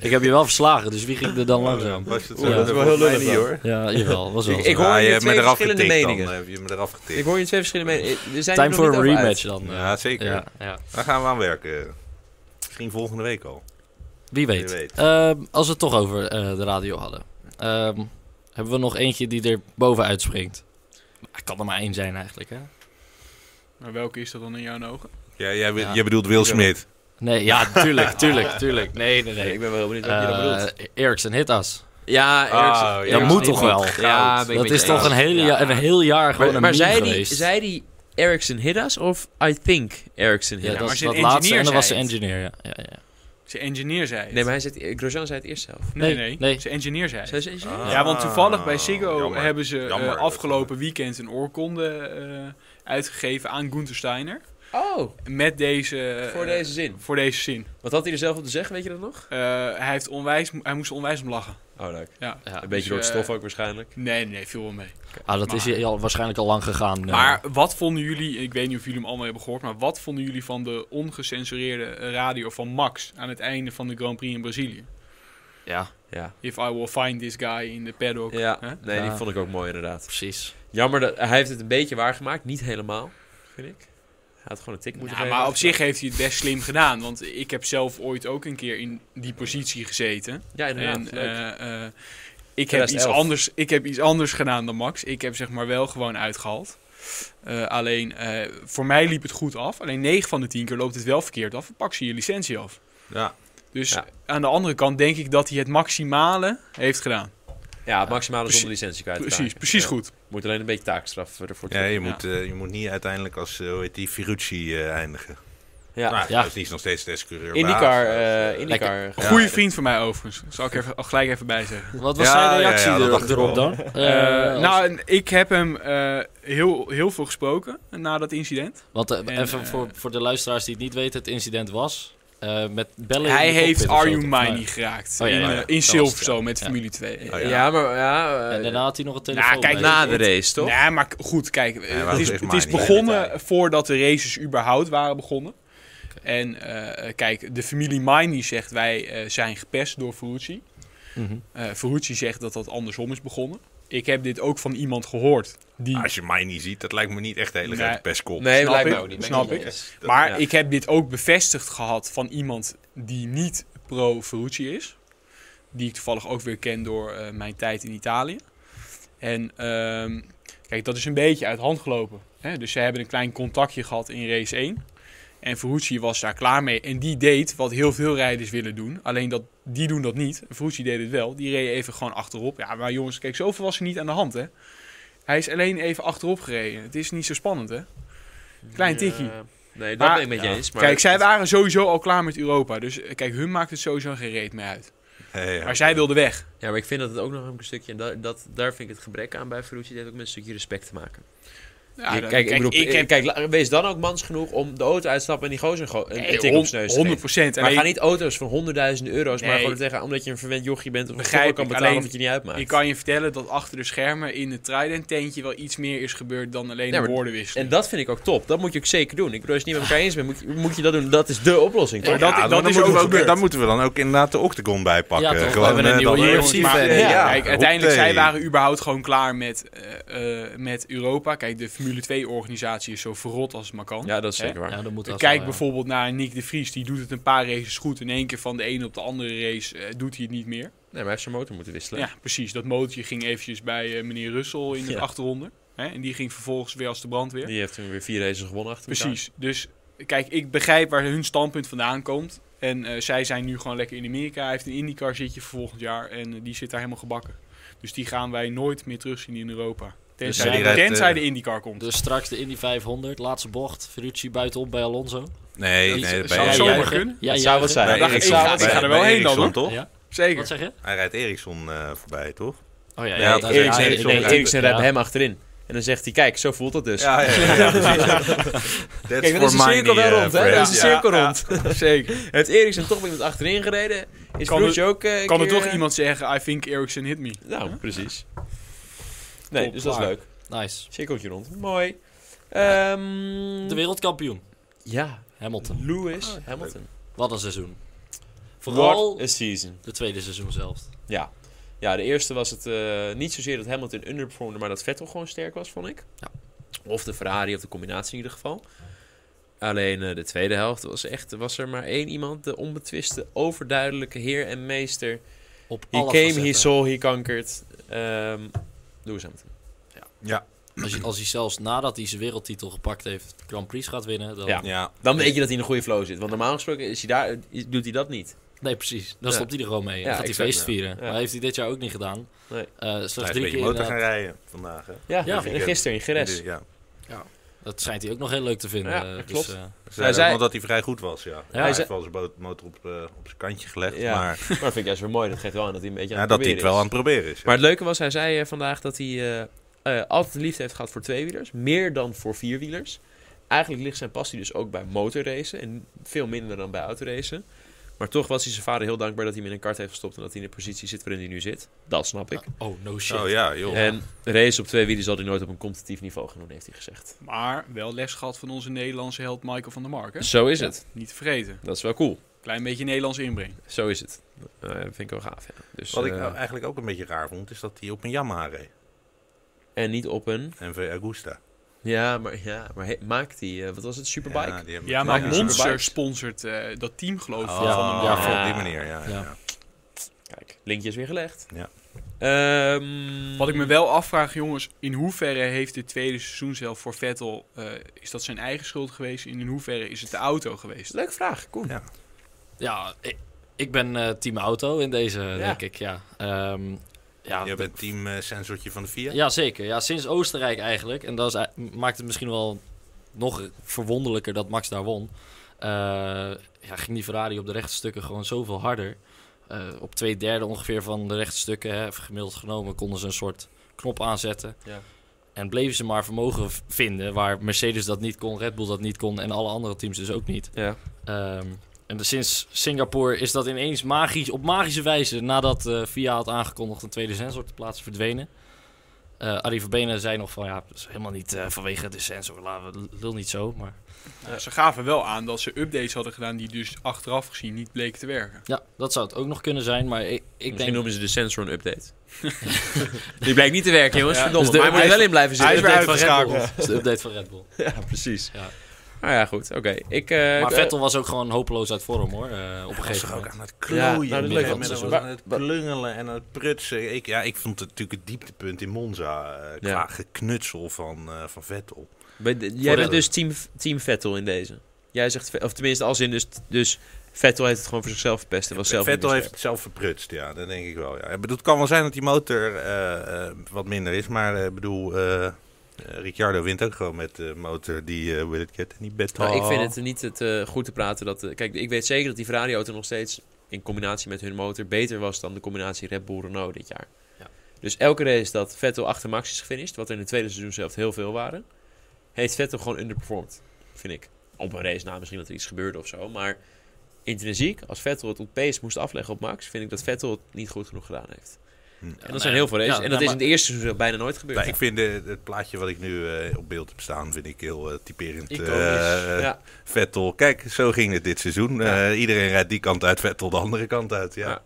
B: Ik heb je wel verslagen, dus wie ging er dan langzaam?
D: Was het zo?
B: Ja.
D: Dat
A: is wel
D: was
A: heel
D: mij
A: lullig
D: niet,
A: dan.
D: hoor.
B: Ja, jawel, was wel
A: Ik-
B: zo.
A: ik hoor
D: Ja,
A: hier
D: je hebt me
A: twee
D: eraf
A: verschillende
D: getikt dan.
A: meningen.
D: eh, Heb je me eraf getikt.
A: Ik hoor je twee verschillende meningen. Er zijn
B: Time
A: er
B: voor
A: nog
B: een
A: niet over uit.
B: rematch dan. eh.
D: Ja, zeker.
B: Ja, ja.
D: Daar gaan we aan werken. Misschien volgende week al.
B: Wie weet.
D: Wie weet.
B: Ehm, als we het toch over eh, de radio hadden. Ehm, hebben we nog eentje die er bovenuit springt? Het kan er maar één zijn eigenlijk, hè?
C: Maar welke is dat dan in jouw ogen?
D: Ja, jij, be-
B: Ja.
D: jij bedoelt Will
A: Ja.
D: Smith.
B: Nee, ja, tuurlijk, tuurlijk, tuurlijk. Nee, nee,
A: Nee,
B: nee.
A: ik ben wel heel benieuwd wat je dat
B: Eh
A: bedoelt.
B: Eriksen Hitas.
A: Ja,
D: Ah,
A: Eriksen-
B: Dat
D: ja,
B: moet
A: Eriksen
B: toch
A: is-
B: wel?
A: Ja, ben ik
B: Dat
A: met
B: is
A: je
B: toch
A: eens.
B: een, hele
A: Ja.
B: jaar, een heel jaar gewoon
A: Maar, maar
B: een meme
A: zei, die,
B: geweest.
A: zei die Ericsson Hiddas of I think Ericsson
B: Ja,
A: Hiddas?
B: dat
C: maar
B: is
C: zijn
B: dat laatste
C: engineer
B: en dat was de
C: zei het.
B: engineer, ja. ja, ja.
C: Zijn engineer zei het.
A: nee, maar hij zei, Grosjean zei het eerst zelf.
C: nee,
B: nee,
C: nee,
B: nee.
C: Zijn engineer zei het.
A: Zei ze eerst zelf?
D: Ah.
C: Ja, want toevallig bij Ziggo
D: Jammer.
C: hebben ze eh,
D: Jammer.
C: afgelopen weekend een oorkonde eh, uitgegeven aan Gunther Steiner.
B: Ah.
A: Oh,
C: Met deze... eh,
A: voor deze zin.
C: Voor deze zin.
A: Wat had hij er zelf op te zeggen, weet je dat nog?
C: Eh, hij, heeft onwijs, hij moest er onwijs om lachen.
A: Oh,
B: nou,
A: leuk.
C: Ja.
B: Ja.
A: Een beetje
C: Dus,
A: door het
C: eh,
A: stof ook waarschijnlijk.
C: Nee, nee, nee, viel wel mee.
B: Ah, dat is
C: Maar-
B: hier al, waarschijnlijk al lang gegaan. eh.
C: Maar wat vonden jullie, ik weet niet of jullie hem allemaal hebben gehoord, maar wat vonden jullie van de ongecensureerde eh, radio van Max aan het einde van de Grand Prix in Brazilië?
B: Ja,
A: Ja.
C: If I will find this guy in the paddock. Hè?
A: Ja, nee, die
B: Ja.
A: vond ik ook mooi inderdaad.
B: precies.
A: Jammer, dat, hij heeft het een beetje waargemaakt. Niet helemaal, vind ik. Hij had gewoon een tik moeten
C: Ja,
A: geven.
C: maar op zich heeft hij het best slim gedaan, want ik heb zelf ooit ook een keer in die positie gezeten.
A: Ja, inderdaad.
C: En
A: leuk.
C: eh, eh, ik, heb iets
A: 2011.
C: anders, ik heb iets anders gedaan dan Max. Ik heb zeg maar wel gewoon uitgehaald. Eh, alleen, eh, voor mij liep het goed af. Alleen 9 van de 10 keer loopt het wel verkeerd af. Dan pak ze je licentie af.
D: Ja.
C: Dus
A: Ja.
C: aan de andere kant denk ik dat hij het maximale heeft gedaan.
A: ja, het maximale
C: Precies-
A: zonder licentie kwijt.
C: Precies, precies goed.
A: Moet alleen een beetje taakstraf eh, ervoor
D: Ja,
A: terug.
D: je, Moet, eh, je moet niet uiteindelijk als, eh, hoe heet die, Ferrucci eh, eindigen.
A: Ja.
D: Nou,
B: Ja.
D: dat is niet nog steeds testcoureur.
A: IndyCar,
D: baas,
A: eh,
D: eh,
A: IndyCar.
C: Een
D: Ja.
A: Goed.
C: goede vriend van mij overigens. Zal ik er gelijk even bij zeggen.
B: Wat was
D: Ja,
B: zijn
D: ja,
B: reactie
D: ja, dat
B: er-
D: dacht ik wel.
B: erop dan?
C: Eh,
B: Eh,
C: nou, en ik heb hem eh, heel, heel veel gesproken na dat incident.
B: Want eh,
C: En,
B: even
C: eh,
B: voor, voor de luisteraars die het niet weten, het incident was eh, met bellen. in
C: Hij
B: de cockpit
C: heeft
B: of zo,
C: Are You
B: toch?
C: Mine
B: Nee.
C: niet geraakt.
B: Oh, ja,
C: in,
B: ja,
C: eh,
B: ja.
C: in
B: Dat was
C: Silverstone
B: het,
C: met
B: ja.
C: Familie 2.
D: Oh,
A: ja.
D: ja.
A: maar ja, eh,
B: En daarna had hij nog een telefoon.
C: nou, kijk,
B: bij.
A: na de race, toch?
C: Nee, maar k- goed, kijk. eh,
D: maar
C: het
D: dat
C: is,
D: heeft
C: het
D: mij
C: is
D: niet
C: begonnen
D: gedaan.
C: voordat de races überhaupt waren begonnen. En eh, kijk, de familie Mine die zegt wij eh, zijn gepest door Ferrucci.
B: Mhm.
C: Eh Ferrucci zegt dat dat andersom is begonnen. Ik heb dit ook van iemand gehoord. Die,
D: eh, Als je mij niet ziet, dat lijkt me niet echt een hele
C: Nee.
D: grote pestkop.
A: Nee,
C: Snap
A: lijkt me
C: ik,
A: ook niet.
C: snap
A: Ben
C: ik.
A: niet eens.
C: maar
A: ja.
C: ik heb dit ook bevestigd gehad van iemand die niet pro-Ferrucci is. Die ik toevallig ook weer ken door eh, mijn tijd in Italië. En ehm, kijk, dat is een beetje uit hand gelopen. Hè? Dus ze hebben een klein contactje gehad in race 1. En Ferrucci was daar klaar mee. En die deed wat heel veel rijders willen doen. Alleen dat, die doen dat niet. Ferrucci deed het wel. Die reed even gewoon achterop. Ja, maar jongens, kijk, zoveel was er niet aan de hand, hè. Hij is alleen even achterop gereden. Het is niet zo spannend, hè. Klein tikkie.
A: Eh, Nee, dat
C: Maar-
A: ben ik met je eens. Maar
C: Kijk, zij waren sowieso al klaar met Europa. Dus eh, kijk, hun maakt het sowieso geen reet meer uit.
D: Hey, ja.
C: Maar zij wilden weg.
A: Ja, maar ik vind dat het ook nog een stukje... En da- dat, daar vind ik het gebrek aan bij Ferrucci. Dat heeft ook met een stukje respect te maken.
C: Ja,
A: Je-
C: dat-
A: kijk, ik bedoel,
C: ik
A: eh,
C: heb
A: kijk, la- wees dan ook mans genoeg om de auto uit te stappen en die gozer een, go- een tik op zijn neus te
C: 100
A: geven.
C: procent.
A: Maar ga niet auto's van honderdduizenden euro's, maar
C: Nee.
A: gewoon tegen omdat je een verwend jochie bent of een
C: Begrijp
A: geld kan
C: ik,
A: betalen
C: alleen
A: of het je niet uitmaakt.
C: Ik kan je vertellen dat achter de schermen in het Trident tentje wel iets meer is gebeurd dan alleen
A: Ja, maar-
C: een woordenwisseling.
A: En dat vind ik ook top. Dat moet je ook zeker doen. Ik bedoel, als je het niet met elkaar eens bent, moet je, moet je dat doen. Dat is de oplossing,
C: Ja,
A: toch?
C: dat- dat
D: dan
C: is
D: moeten
C: ook
D: we
C: gebeurd.
D: Daar moeten we dan ook inderdaad de Octagon bij pakken.
B: Ja, toch, we
D: Gewoon,
B: hebben een
D: eh,
B: nieuwe
D: dan-
B: UFC
C: Maar,
B: fan.
D: Ja,
C: ja, kijk,
D: hoppé.
C: uiteindelijk, zij waren überhaupt gewoon klaar met, eh, eh, met Europa. Kijk, de Formule 2-organisatie is zo verrot als het maar kan.
A: Ja, dat is zeker waar.
B: Ja, dat moet dat
C: Kijk
B: wel, ja.
C: bijvoorbeeld naar Nick de Vries. Die doet het een paar races goed. In één keer van de ene op de andere race eh, doet hij het niet meer.
A: Nee, maar hij heeft zijn motor moeten wisselen.
C: Ja, precies. Dat motortje ging eventjes bij eh, meneer Russell in de
A: Ja.
C: achterronde. Hè? En die ging vervolgens weer als de brandweer.
A: Die heeft toen weer vier races gewonnen achter elkaar.
C: Precies. Dus kijk, ik begrijp waar hun standpunt vandaan komt. En eh, zij zijn nu gewoon lekker in Amerika. Hij heeft een IndyCar zitje voor volgend jaar. En eh, die zit daar helemaal gebakken. Dus die gaan wij nooit meer terugzien in Europa. Tenzij,
B: zij
C: de-
D: rijdt,
C: tenzij
D: eh,
C: de IndyCar komt.
B: Dus straks de Indy 500, laatste bocht. Ferrucci buitenop bij Alonso.
D: Nee,
B: Iets-
D: nee,
B: zou
D: bij-
C: het
D: bij-
C: zomaar
D: bij-
B: juichen.
C: kunnen?
B: Ja,
A: Dat zou wat
B: juichen.
A: zijn.
D: bij
C: dacht, ik ga-
D: Eriksson-
C: ik ga er wel
D: bij
C: heen dan,
D: Eriksson,
C: hoor.
D: toch?
B: Ja,
C: Zeker.
B: wat zeg je?
D: Hij rijdt Eriksson eh, voorbij, toch?
B: Oh ja,
D: Oh, Ja,
A: Nee,
D: dat
B: daar
D: is-
A: Eriksen,
D: ja,
A: nee,
D: Eriksen-
A: Eriksen rijdt bij
B: Ja.
A: hem achterin. En dan zegt hij, kijk, zo voelt dat dus.
D: Ja, ja, ja, ja, precies. ja. That's
A: Kijk, dan is de
D: for my
A: cirkel wel
D: knee, eh,
A: rond, hè?
D: friend.
A: Dan is de
D: Ja.
A: cirkel rond.
C: Zeker.
A: Heeft Eriksen toch iemand achterin gereden? Is
C: Kan
A: Vroetje ook eh, een
C: Kan er
A: keer,
C: toch
A: eh,
C: iemand zeggen, I think Ericsson hit me.
A: Nou, precies. Nee,
C: Top,
A: dus dat is
C: klaar.
A: leuk.
B: Nice.
A: Cirkeltje rond. Mooi. Ehm
B: De wereldkampioen,
A: Ja,
B: Hamilton.
A: Lewis Hamilton.
B: Wat een seizoen.
A: What
B: Vooral
A: a season.
B: de tweede seizoen zelf.
A: Ja. Ja, de eerste was het eh, niet zozeer dat Hamilton underperformde, maar dat Vettel gewoon sterk was, vond ik.
B: Ja.
A: Of de Ferrari, of de combinatie in ieder geval. Alleen eh, de tweede helft was echt, was er maar één iemand, de onbetwiste, overduidelijke heer en meester.
B: Op
A: He
B: alle
A: came, he
B: facetten.
A: saw, he conquered. Ehm Lewis Hamilton.
B: Als, hij- als hij zelfs nadat hij zijn wereldtitel gepakt heeft, Grand Prix gaat winnen. Dan...
A: Ja.
D: Ja,
A: Dan weet je dat hij in een goede flow zit, want normaal gesproken is hij daar, is- doet hij dat niet.
B: Nee, precies. Dan
A: Ja.
B: stopt hij er gewoon mee. Dan
A: Ja,
B: gaat hij
A: exact,
B: feest vieren.
A: Ja.
B: Maar heeft hij dit jaar ook niet gedaan.
A: Nee.
B: Eh,
D: hij
B: slechts
D: is
B: drie
D: met je
B: keer.
D: motor
B: inderdaad.
D: gaan rijden vandaag, hè?
A: Ja,
B: Ja.
A: gisteren in Geres.
D: Ja.
B: Dat schijnt hij ook nog heel leuk te vinden.
A: Ja,
B: eh,
A: klopt.
B: dus, eh,
D: Ze zei
A: zei-
D: wel dat hij vrij goed was, ja. hij
B: hij
D: heeft
A: zei-
D: wel zijn boot- motor op, eh, op zijn kantje gelegd,
A: Ja.
D: maar
A: Maar dat vind ik juist weer mooi, dat geeft wel aan dat hij een beetje
D: ja,
A: aan het
D: dat hij het
A: proberen
D: wel aan
A: is.
D: het proberen is. ja.
A: Maar het leuke was, hij zei eh, vandaag dat hij eh, eh, altijd de liefde heeft gehad voor tweewielers. Meer dan voor vierwielers. Eigenlijk ligt zijn passie dus ook bij motorracen. En veel minder dan bij autoracen. Maar toch was hij zijn vader heel dankbaar dat hij hem in een kart heeft gestopt. En dat hij in de positie zit waarin hij nu zit. Dat snap ik.
B: oh, no shit.
D: Oh ja, joh.
A: En racen op twee wielen zal hij nooit op een competitief niveau gaan doen, heeft hij gezegd.
C: Maar wel les gehad van onze Nederlandse held Michael van der Mark. Hè?
A: Zo is het.
C: Niet te vergeten.
A: Dat is wel cool.
C: Klein beetje Nederlands inbreng.
A: Zo is het. Eh, vind ik wel gaaf, ja. Dus,
D: Wat ik
A: eh,
D: nou eigenlijk ook een beetje raar vond, is dat hij op een Yamaha reed.
A: En niet op een...
D: NV Agusta.
A: Ja, maar, ja, maar he- maakt hij... eh, wat was het? Superbike?
D: die hebben
C: Ja,
D: we
C: maar
A: Ja.
D: toen-
C: Monster sponsort eh, dat team geloof ik
D: Oh,
C: van der Mark.
D: ja,
B: Ja.
D: op die manier, ja. ja.
B: Ja.
D: ja.
A: Kijk, linkje is weer gelegd.
D: Ja.
A: Ehm,
C: Wat ik me wel afvraag, jongens, in hoeverre heeft dit tweede seizoen zelf voor Vettel, eh, is dat zijn eigen schuld geweest? En in hoeverre is het de auto geweest?
A: Leuke vraag, Koen.
D: Ja.
B: Ja, ik, ik ben eh, team auto in deze, denk ik. Ja, Ehm, ja,
D: Je bent team eh, sensortje van de Fiat.
B: ja zeker. Ja, sinds Oostenrijk eigenlijk. En dat is, ei- maakt het misschien wel nog verwonderlijker dat Max daar won. Eh, ja, ging die Ferrari op de rechte stukken gewoon zoveel harder. Eh, op twee derde ongeveer van de rechte stukken, hè, even gemiddeld genomen, konden ze een soort knop aanzetten.
A: Ja.
B: En bleven ze maar vermogen v- vinden waar Mercedes dat niet kon, Red Bull dat niet kon en alle andere teams dus ook niet.
A: Ja.
B: Ehm, en dus sinds Singapore is dat ineens magisch, op magische wijze, nadat eh VIA had aangekondigd een tweede sensor te plaatsen, verdwenen. Eh Arrivabene zei nog van ja, dat is helemaal niet eh, vanwege de sensor, laten we lul niet zo. Maar
C: Nou, ze gaven wel aan dat ze updates hadden gedaan die dus achteraf gezien niet bleken te werken.
B: ja, dat zou het ook nog kunnen zijn. Maar ik, ik
A: Misschien
B: denk.
A: noemen ze de sensor een update. Die blijkt niet te werken, jongens.
C: Ja.
A: Verdomme.
B: Dus de-
A: maar hij moet er
B: hij is-
A: wel in blijven
C: hij is
A: zitten.
C: weer
B: update van Red
C: uitgeschakeld.
B: Bull. Dat is de update van Red Bull.
A: Ja, precies.
B: Ja.
A: Nou ja, goed. Oké. Ik, eh,
B: Maar
A: eh,
B: Vettel was ook gewoon hopeloos uit vorm hoor. eh, op een
D: was
B: gegeven
D: toch ook
B: moment.
D: aan het
A: Ja,
D: klooien.
A: nou, dat
D: midden-
A: leek wel
D: midden-
A: zo.
D: was
A: Maar-
D: aan het
A: maar-
D: klungelen en aan het prutsen. Ik, ja, ik vond het natuurlijk het dieptepunt in Monza. eh, qua
A: Ja.
D: geknutsel van, eh, van Vettel.
A: bij de- jij
B: Voor
A: bent
B: de-
A: dus team, team Vettel in deze. Jij zegt, Ve- of tenminste, als in dus, dus Vettel heeft het gewoon voor zichzelf verpest. en was zelf
D: Vettel
A: niet
D: heeft het zelf verprutst, ja, dat denk ik wel. Ja. Ik bedoel, het kan wel zijn dat die motor eh, eh, wat minder is, maar eh, ik bedoel, eh, Eh, Ricciardo wint ook gewoon met de motor die eh Willet en die Betal.
A: Maar Nou, ik vind het niet het, eh, goed te praten dat... eh, kijk, ik weet zeker dat die Ferrari-auto nog steeds in combinatie met hun motor beter was dan de combinatie Red Bull-Renault dit jaar.
B: Ja.
A: Dus elke race dat Vettel achter Max is gefinished, wat er in het tweede seizoen zelf heel veel waren, heeft Vettel gewoon underperformed, vind ik. Op een race na misschien dat er iets gebeurde of zo, maar intrinsiek, als Vettel het op pace moest afleggen op Max, vind ik dat Vettel het niet goed genoeg gedaan heeft. En dat zijn heel veel races. en dat is in het eerste seizoen bijna nooit gebeurd.
D: Nou, ik vind eh, het plaatje wat ik nu eh, op beeld heb staan, vind ik heel eh, typerend.
B: Iconisch,
D: eh,
A: ja.
D: Vettel. Kijk, zo ging het dit seizoen.
A: Ja.
D: Eh, iedereen rijdt die kant uit, Vettel de andere kant uit. Ja.
A: Ja.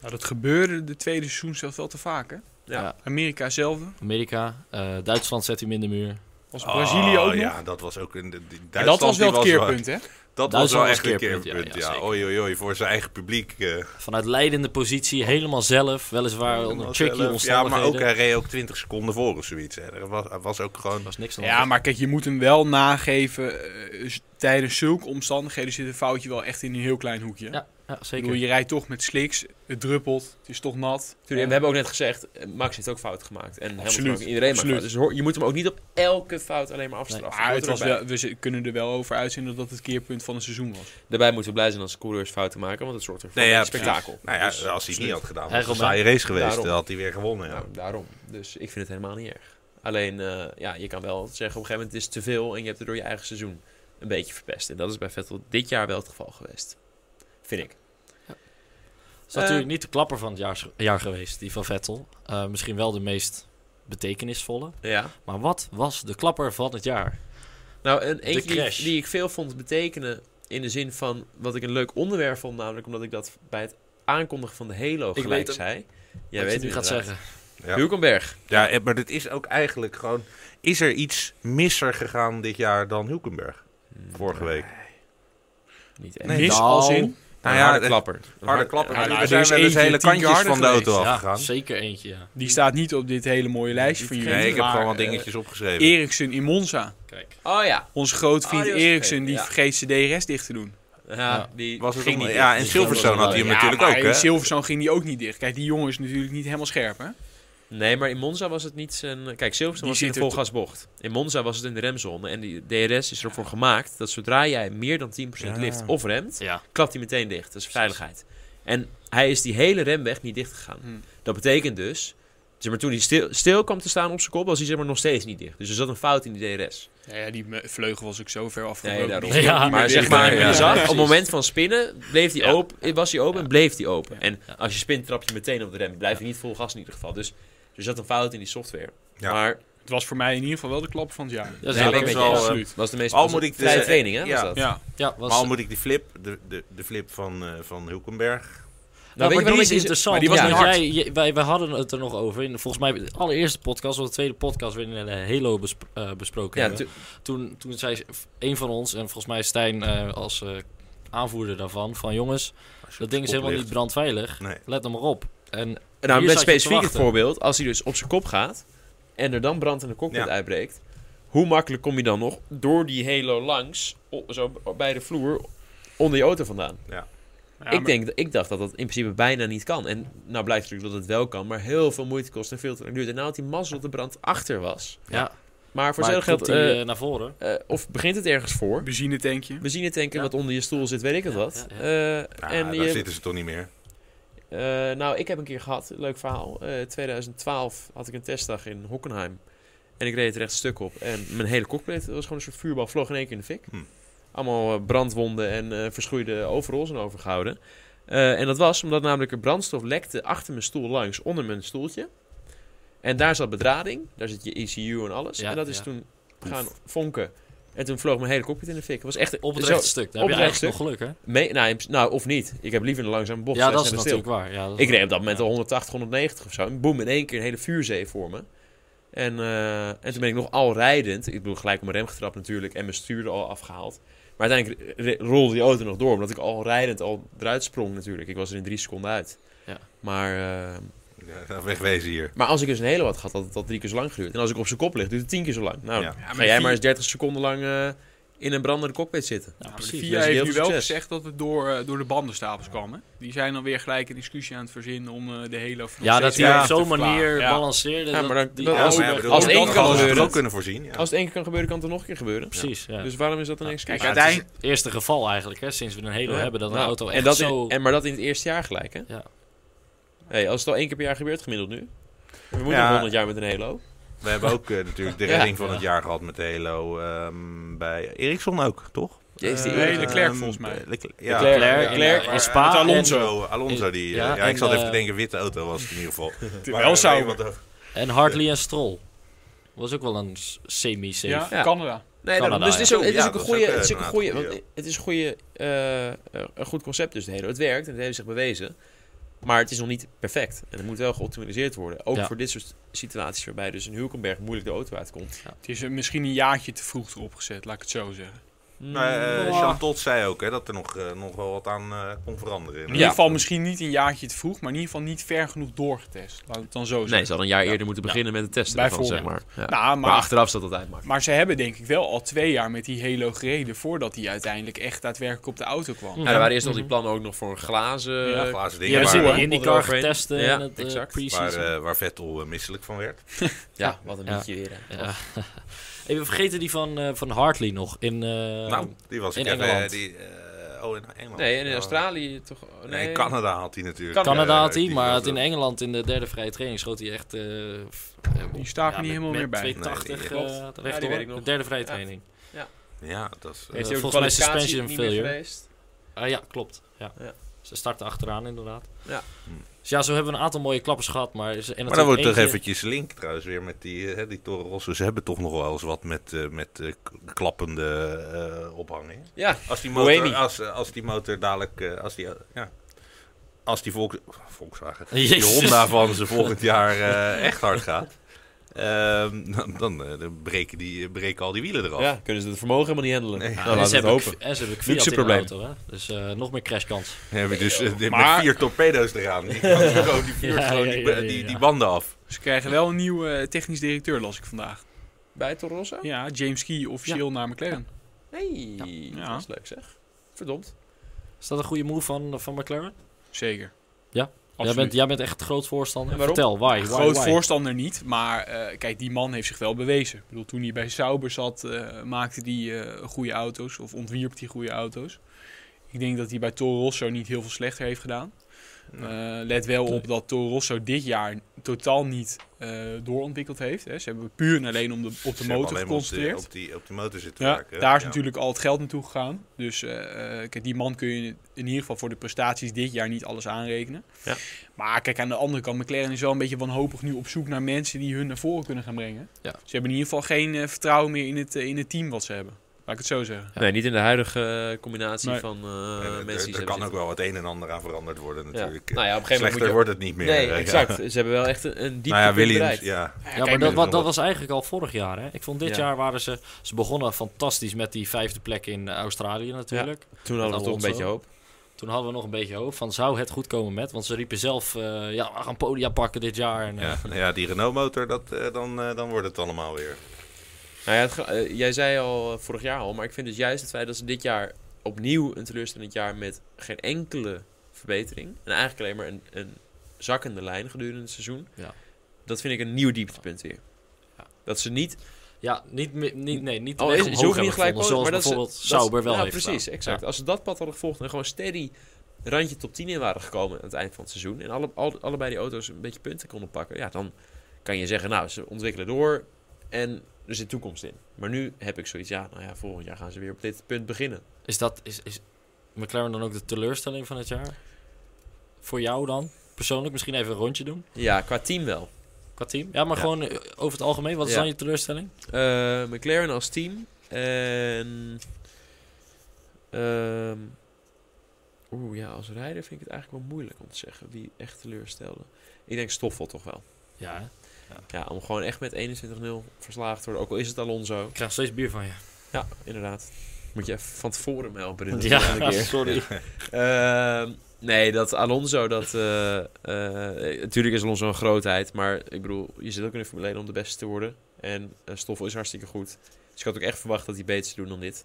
C: Nou, dat gebeurde de tweede seizoen zelf wel te vaak, hè?
A: Ja.
B: Ja.
C: Amerika zelf,
B: Amerika, eh, Duitsland zet hem in de muur.
C: was Brazilië
D: Oh,
C: ook nog.
D: Ja, dat was ook een. die- die-
C: En
D: Duitsland,
C: dat was wel
D: die
C: het keerpunt, hè?
D: dat was
B: Duitsland
D: wel
B: was
D: echt een
B: keerpunt, ja,
D: keerpunt.
B: ja,
D: Ja,
B: zeker.
D: oei, oei, oei, voor zijn eigen publiek. eh,
B: Vanuit leidende positie, helemaal zelf. Weliswaar onder
D: was
B: tricky
D: wel- ja,
B: omstandigheden.
D: maar ook hij reed ook 20 seconden voor of zoiets. Hè. Er was, er was ook gewoon.
B: Er was niks aan de
C: Ja,
B: hand.
C: maar kijk, je moet hem wel nageven. eh, s- tijdens zulke omstandigheden zit een foutje wel echt in een heel klein hoekje.
B: Ja, ja,
C: Ik
B: zeker.
C: bedoel, je rijdt toch met sliks, het druppelt, het is toch nat.
A: Tuurlijk, en we hebben ook net gezegd, eh, Max heeft ook fout gemaakt. En Hamilton
C: Absoluut,
A: ook, iedereen maakt
C: absoluut.
A: fouten. Dus hoor- je moet hem ook niet op elke fout alleen maar afstraffen.
C: Maar
A: Hoort
C: het was
A: erbij.
C: wel, we z- kunnen er wel over uitzenden dat het keerpunt van het seizoen was.
A: Daarbij moeten we blij zijn als coureurs fouten maken, want het zorgt ervoor
D: Nee, ja,
A: een spektakel.
D: Nou ja,
A: Dus,
D: als hij het niet had gedaan, was het een
B: Hegelman.
D: saaie race geweest.
A: Daarom.
D: Dan had hij weer gewonnen. Ja.
A: nou, daarom. Dus ik vind het helemaal niet erg. Alleen, eh, ja, je kan wel zeggen op een gegeven moment het is te veel en je hebt het door je eigen seizoen een beetje verpest. En dat is bij Vettel dit jaar wel het geval geweest. Vind ik.
B: Het is natuurlijk niet de klapper van het jaar, jaar geweest, die van Vettel. Eh, misschien wel de meest betekenisvolle.
A: Ja.
B: Maar wat was de klapper van het jaar?
A: Nou, een eentje
B: crash.
A: die, die ik veel vond betekenen in de zin van wat ik een leuk onderwerp vond, namelijk omdat ik dat bij het aankondigen van de Halo
B: weet
A: gelijk
B: hem.
A: zei. Jij
B: Wat
A: weet
B: je
A: het
B: nu gaat
A: inderdaad.
B: zeggen.
D: Ja.
A: Hulkenberg.
D: Ja, eh, maar dit is ook eigenlijk gewoon... Is er iets misser gegaan dit jaar dan Hulkenberg vorige week?
A: Niet echt.
D: Nee,
C: Mis
B: nou.
C: als in,
A: Nou ja, harde klapper. Een
D: Harde klapper.
A: ja,
D: maar
C: nou,
D: er
C: er
D: zijn
C: is
D: wel eens
C: eentje
D: hele
C: tien keer
D: kantjes
C: harder
D: van de auto
C: geweest, ja.
D: afgegaan.
B: Zeker eentje, ja.
C: die staat niet op dit hele mooie lijstje van jullie.
D: Nee, ik heb
C: maar,
D: gewoon wat
C: eh,
D: dingetjes opgeschreven.
C: Eriksen in Monza.
B: Kijk.
A: Oh ja.
C: Onze grootvriend
A: Oh, die was
C: Eriksen
A: vergeten,
C: die
A: ja.
C: vergeet zijn DRS dicht te doen.
A: Ja,
B: Ja.
A: die
D: was het
A: ging
D: om-
A: niet.
D: ja,
A: echt.
D: en
B: Die
D: Silverstone
B: ging
D: had hij hem
B: wel
D: natuurlijk
C: maar
D: ook,
C: in
D: hè?
C: Silverstone ging die ook niet dicht. Kijk, die jongen is natuurlijk niet helemaal scherp, hè?
A: Nee, maar in Monza was het niet zijn... Kijk,
C: Die
A: Silverstone was in
C: zit
A: de
C: er
A: volgasbocht. In Monza was het in de remzone. En die DRS is ervoor gemaakt dat zodra jij meer dan 10% lift of remt,
B: Ja,
A: klapt hij meteen dicht. Dat is veiligheid. En hij is die hele remweg niet dicht gegaan.
C: Hmm.
A: Dat betekent dus... Zeg maar, toen hij stil, stil kwam te staan op zijn kop, was hij zeg maar, nog steeds niet dicht. Dus er zat een fout in die DRS.
C: Ja, ja, die me- vleugel was ook zo ver
A: Nee,
C: afgebroken.
A: daarom.
C: Die ging ook
B: Ja,
C: niet meer
A: Maar
C: dicht.
A: zeg maar,
D: Ja,
A: je zag, op het
C: precies.
A: moment van spinnen bleef die
B: Ja.
A: open, was hij open en bleef die open. En
B: Ja.
A: als je spint, trap je meteen op de rem. Blijf je niet vol gas in ieder geval. Dus er zat een fout in die software.
D: Ja.
A: Maar
C: Het was voor mij in ieder geval wel de klap van het jaar.
B: dat is
A: Nee,
B: heel
A: ik
B: leuk.
A: ben
D: wel,
A: het
D: eh,
A: eens. was de meest
D: al
A: was
D: moet
A: het
D: ik
A: vrije
D: dus, eh,
A: training, hè?
D: ja.
A: Was dat?
B: Nou,
C: Ja.
B: Ja, was,
D: Maar
A: nou,
D: al moet ik die flip, de, de, de flip van, eh, van Hulkenberg...
B: Nou,
A: weet je
B: maar
A: waarom
B: die
A: ik
B: is
A: die-
B: interessant.
A: maar die was
B: want
A: niet hard.
B: jij, je- wij, wij hadden het er nog over. In, volgens mij de allereerste podcast, of de tweede podcast, waarin we de Halo besp- eh, besproken
A: Ja,
B: hebben.
A: tu-
B: toen, toen zei een van ons, en volgens mij Stijn eh, als eh, aanvoerder daarvan, van jongens,
D: als je
B: dat
D: op
B: ding is
D: kop
B: helemaal niet
D: ligt.
B: brandveilig.
D: Nee.
B: Let hem maar op. En
A: nou,
B: Hier
A: met
B: zat je te
A: specifiek het
B: wachten.
A: voorbeeld. Als hij dus op zijn kop gaat en er dan brand in de cockpit
D: Ja.
A: uitbreekt. Hoe makkelijk kom je dan nog door die halo langs, o- zo bij de vloer, onder je auto vandaan?
C: Ja,
A: ik,
C: maar-
A: denk, ik dacht dat dat in principe bijna niet kan. En nou blijkt natuurlijk dat het wel kan, maar heel veel moeite kost en veel te lang duurt. En nou had die mazzel dat de brand achter was.
B: ja,
A: Maar voor
B: maar
A: hetzelfde
B: komt
A: geld,
B: hij,
A: eh,
B: eh, naar voren.
A: eh, of begint het ergens voor.
C: Benzinetankje.
A: Benzinetanken
B: Ja.
A: wat onder je stoel zit, weet ik het
B: Ja,
A: wat.
B: ja, ja.
A: Eh,
D: Ja,
A: en
D: daar
A: je,
D: zitten ze toch niet meer.
A: Eh, nou, ik heb een keer gehad, leuk verhaal. Eh 2012 had ik een testdag in Hockenheim. En ik reed het rechte stuk op. En mijn hele cockpit was gewoon een soort vuurbal, vloog in één keer in de fik.
D: Hmm.
A: Allemaal eh, brandwonden en eh verschroeide overalls en overgehouden. Eh, en dat was omdat namelijk er brandstof lekte achter mijn stoel langs, onder mijn stoeltje. En daar zat bedrading, daar zit je ECU en alles.
B: Ja,
A: en dat is
B: ja.
A: toen gaan vonken. En toen vloog mijn hele cockpit in de fik. Het was echt
B: Op het
A: zo-
B: rechte stuk. Daar
A: op
B: heb je
A: het
B: eigenlijk nog geluk, hè?
A: mee- nou, in- nou, of niet. Ik heb liever een langzame bocht.
B: Ja,
A: zij
B: dat is
A: staan stil.
B: natuurlijk waar. Ja, dat is
A: Ik
B: waar.
A: reed op dat moment
B: Ja.
A: al 180, 190 of zo. En boem, in één keer een hele vuurzee voor me. En, eh, en toen ben ik nog al rijdend. Ik bedoel, gelijk op mijn rem getrapt natuurlijk. En mijn stuur er al afgehaald. Maar uiteindelijk re- re- rolde die auto nog door. Omdat ik al rijdend al eruit sprong natuurlijk. Ik was er in drie seconden uit.
B: Ja.
A: Maar, eh,
D: Ja, wegwezen hier.
A: maar als ik dus een hele wat gehad, had het al drie keer zo lang geduurd. En als ik op zijn kop lig, duurt het tien keer zo lang. Nou,
D: Ja.
A: ga jij maar eens 30 seconden lang eh, in een brandende cockpit zitten.
B: Ja,
C: Nou, maar de
B: precies.
A: vier-
C: VIA
A: Dat is
C: heeft
A: heel
C: nu wel
A: succes.
C: gezegd dat het door, eh, door de bandenstapels kwam. Hè? Die zijn dan weer gelijk een discussie aan het verzinnen om eh, de hele... of nog
B: Ja, dat
C: steeds
B: hij
C: weer
B: op
C: te
B: zo'n
C: verklaren.
B: manier
C: Ja.
B: balanceerde.
A: Ja, maar dan-
B: dat die
A: dat-
D: Ja,
A: Als-
D: maar ja,
B: aanslag-
D: bedoel,
A: als
D: dat
A: één
D: hadden
A: kan
D: ze
A: gebeuren-
D: toch ook kunnen voorzien. Ja.
A: Als het één keer kan gebeuren, kan het er nog een keer gebeuren.
B: Precies, ja.
A: Dus waarom is dat een excuus?
C: Kijk,
D: Maar het is-
C: uiteindelijk...
B: het eerste geval eigenlijk, hè, sinds we een hele
A: Ja.
B: hebben, dat een
A: Nou,
B: auto echt
A: en dat
B: zo...
A: in- en maar dat in het eerste jaar gelijk, hè?
B: Ja.
A: Hey, als het al één keer per jaar gebeurt gemiddeld nu. We moeten
D: Ja.
A: nog 100 jaar met een halo.
D: We hebben ook eh, natuurlijk de
A: Ja.
D: redding van het jaar gehad met de Halo. ehm, bij Ericsson ook, toch?
A: Jezus, die
D: Eh,
A: Ericsson.
C: Nee, Leclerc
D: ehm,
C: volgens mij.
D: Leclerc,
A: Leclerc,
D: ja. Ja,
A: Leclerc,
D: ja,
A: Leclerc
D: maar-
B: in Spa
D: met
B: Alonso.
D: Alonso. Alonso, die... eh,
B: Ja,
D: Ja,
B: en,
D: ik zat even
B: eh,
D: te denken, witte auto was het in ieder geval.
C: Wel zou-
D: nee, want, eh,
B: En Hartley en Stroll. Was ook wel een s- semi-safe.
C: Ja,
A: Ja.
C: Canada.
A: Nee,
B: Canada,
A: daarom. dus het is ook, het is
D: ja,
A: ook een
D: dat is ook,
A: goede,
D: eh,
A: het is ook een
D: inderdaad,
A: goede, want
D: ja.
A: het is een goede, eh, eh, een goed concept dus de hele. Het werkt en het heeft zich bewezen, maar het is nog niet perfect en het moet wel geoptimaliseerd worden. Ook
B: Ja.
A: voor dit soort situaties waarbij dus een Hulkenberg moeilijk de auto uitkomt.
C: Het is eh, misschien een jaartje te vroeg erop gezet, laat ik het zo zeggen.
B: Mm.
D: Maar eh
C: Ja.
D: Chantot zei ook hè, dat er nog, eh, nog wel wat aan eh, kon veranderen.
C: In ieder geval misschien niet een jaartje te vroeg, maar in ieder geval niet ver genoeg doorgetest. Laat het dan zo zeggen.
A: nee, ze hadden een jaar
C: Ja.
A: eerder moeten beginnen met het testen
C: Bij
A: ervan, zeg maar.
C: voorbeeld.
A: Ja.
C: Nou,
A: maar,
C: maar, maar,
A: achteraf zat dat uitmaken.
C: ze hebben denk ik wel al twee jaar met die Halo gereden voordat die uiteindelijk echt daadwerkelijk op de auto kwam.
B: Ja. Mhm.
A: Ja, er waren eerst nog die plannen ook nog voor een glazen.
C: Ja,
A: eh,
D: glazen
B: Die
D: dingen
B: hebben
C: Ja,
B: ze
D: waar,
B: in
A: maar-
B: de IndyCar
A: Overheen.
B: getest eh,
A: Ja,
B: in het eh,
A: exact.
D: waar,
B: pre-season.
D: eh, waar Vettel eh, misselijk van werd.
A: ja, Ah, wat een
B: Ja.
A: liedje weer. hè.
B: Ja. Even vergeten die van, eh, van Hartley nog. In, eh,
D: nou, die was
B: in
D: ik even,
B: Engeland.
D: eh, die, eh, oh, in Engeland.
A: Nee, en in
D: Oh.
A: Australië toch? oh,
D: Nee, in Canada had hij natuurlijk.
B: Canada
D: eh,
B: had hij,
D: die
B: maar had
D: was
B: in
D: ook-
B: Engeland in de derde vrije training schoot hij echt... eh, f-
C: Die staat er niet helemaal meer bij.
B: 280
D: Nee,
A: die-
B: eh,
A: klopt.
B: rechtdoor.
A: Ja, die weet ik nog.
B: De derde vrije
A: Ja.
B: training.
D: Ja, dat is... eh,
B: Heeft
A: hij ook
B: volgens mij
A: kwalificatie
B: suspension
A: niet meer
B: failure.
A: geweest?
B: Ah ja, klopt. Ja.
A: Ja.
B: Ze starten achteraan inderdaad.
A: Ja.
D: Hm.
B: Dus ja, zo hebben we een aantal mooie klappers gehad. Maar, is- en
D: maar dan wordt
B: natuurlijk
D: toch
B: eentje-
D: eventjes link trouwens weer met die, eh, hè, die Toro Rosso. Ze hebben toch nog wel eens wat met, eh, met eh, k- klappende eh ophanging.
A: Ja,
D: Als die
A: Bohemi.
D: motor, als, eh, als die motor dadelijk... eh, als die, eh, ja, als die Volks, Volkswagen... Die
B: Jezus.
D: Honda van ze volgend jaar eh, echt hard gaat... ehm, dan, dan, eh, dan breken, die, breken al die wielen eraf.
A: ja, kunnen ze het vermogen helemaal niet handelen.
D: Nee.
A: Nou,
D: Ja,
B: en,
A: laten
B: ze
A: we het
B: hebben ook-
A: hopen.
B: en ze hebben ook
A: Luxe
B: Fiat in de
A: probleem.
B: auto, hè? Dus eh, nog meer crashkans.
D: Dan heb je dus eh, dit
C: Maar-
D: met vier torpedo's eraan. Die kan gewoon die, vuurt
B: Ja,
D: gewoon
B: ja,
D: die,
B: ja, ja,
D: die,
B: ja.
D: die banden af.
C: Ze krijgen wel een nieuwe eh, technisch directeur, las ik vandaag.
A: Bij Toro Rosso?
C: Ja, James Key officieel naar McLaren.
A: Nee,
C: Ja.
A: dat is leuk zeg. Verdomd.
B: Is dat een goede move van, van McLaren?
C: Zeker.
B: Ja. Jij
C: Absoluut.
B: bent, jij bent echt groot voorstander.
A: En waarom?
B: Vertel, why? why,
C: Groot
B: why?
C: voorstander niet, maar eh, kijk, die man heeft zich wel bewezen. Ik bedoel, toen hij bij Sauber zat, eh, maakte hij eh, goede auto's of ontwierp hij goede auto's. Ik denk dat hij bij Toro Rosso niet heel veel slechter heeft gedaan.
D: Nou,
C: Eh, let wel op dat Toro Rosso dit jaar totaal niet eh, doorontwikkeld heeft. Hè. Ze hebben puur en alleen om de, op de
D: Ze hebben
C: motor
D: alleen maar op de-
C: geconcentreerd.
D: Op die, op die motor zitten
C: Ja,
D: werken.
C: daar is
D: Ja.
C: natuurlijk al het geld naartoe gegaan. Dus eh, eh, kijk, die man kun je in ieder geval voor de prestaties dit jaar niet alles aanrekenen.
A: Ja.
C: Maar kijk, aan de andere kant, McLaren is wel een beetje wanhopig nu op zoek naar mensen die hun naar voren kunnen gaan brengen.
B: Ja.
C: Ze hebben in ieder geval geen eh, vertrouwen meer in het, eh, in het team wat ze hebben. Laat ik het zo zeggen.
A: Nee, niet in de huidige eh, combinatie
C: Nee.
A: van eh,
D: Ja, er-
A: mensen die
D: er
A: ze
D: kan
A: hebben
D: ook wel het een en ander aan veranderd worden
A: zitten. Ja.
D: natuurlijk.
A: Nou ja, op een gegeven
D: Slechter
A: moment moet
D: wordt het niet
A: je...
D: meer.
A: Nee,
D: eh, ja.
A: exact. Ze hebben wel echt een, een diepte
D: Nou ja, Williams,
A: bereikt.
D: ja.
B: Ja, maar
C: Kijk,
B: dat,
D: met-
B: wat, dat was eigenlijk al vorig jaar. Hè? Ik vond dit
A: Ja.
B: jaar waren ze... Ze begonnen fantastisch met die vijfde plek in eh, Australië natuurlijk.
A: Toen hadden we
B: Alonso.
A: toch een beetje hoop.
B: Toen hadden we nog een beetje hoop van... Zou het goed komen met? Want ze riepen zelf... eh, ja, we gaan podia pakken dit jaar. En, eh,
D: Ja, nou ja, die Renault motor, dat, eh, dan, eh, dan wordt het allemaal weer.
A: Nou ja, het ge- eh, jij zei al eh, vorig jaar al, maar ik vind dus juist het feit dat ze dit jaar opnieuw een teleurstellend jaar met geen enkele verbetering en eigenlijk alleen maar een, een zakkende lijn gedurende het seizoen.
B: Ja.
A: Dat vind ik een nieuw dieptepunt weer.
B: Ja.
A: Dat ze niet
B: Ja, niet, mi- niet, nee, niet de
A: Oh,
B: weg
A: is- ze
B: omhoog
A: hoeven
B: hebben
A: niet gelijk
B: gevonden, zoals
A: maar dat ze-
B: bijvoorbeeld
A: dat ze-
B: Sauber wel
A: ja,
B: heeft
A: precies,
B: gedaan.
A: exact.
B: Ja.
A: Als ze dat pad hadden gevolgd en gewoon steady randje top 10 in waren gekomen aan het eind van het seizoen... en alle, al- allebei die auto's een beetje punten konden pakken... ja, dan kan je zeggen, nou, ze ontwikkelen door en er zit toekomst in. Maar nu heb ik zoiets, ja, nou ja, volgend jaar gaan ze weer op dit punt beginnen.
B: Is, dat, is, is McLaren dan ook de teleurstelling van het jaar? Voor jou dan? Persoonlijk misschien even een rondje doen
A: Ja, qua team wel.
B: qua team. Ja, maar
D: Ja.
B: gewoon eh, over het algemeen, wat is
A: Ja.
B: dan je teleurstelling?
A: Eh, McLaren als team en... ehm, Oeh, ja, als rijder vind ik het eigenlijk wel moeilijk om te zeggen wie echt teleurstelde. Ik denk Stoffel toch wel.
B: Ja, hè?
A: Ja, om gewoon echt met 21-0 verslagen te worden. Ook al is het Alonso.
B: ik krijg steeds bier van je.
A: Ja, inderdaad. Moet je even van tevoren melden. Bruno, de volgende
B: Ja,
A: keer.
B: sorry.
A: Ehm, nee, dat Alonso, dat... eh, eh, natuurlijk is Alonso een grootheid. Maar ik bedoel, je zit ook in de Formule 1 om de beste te worden. En eh, Stoffel is hartstikke goed. Dus ik had ook echt verwacht dat hij beter zou doen dan dit.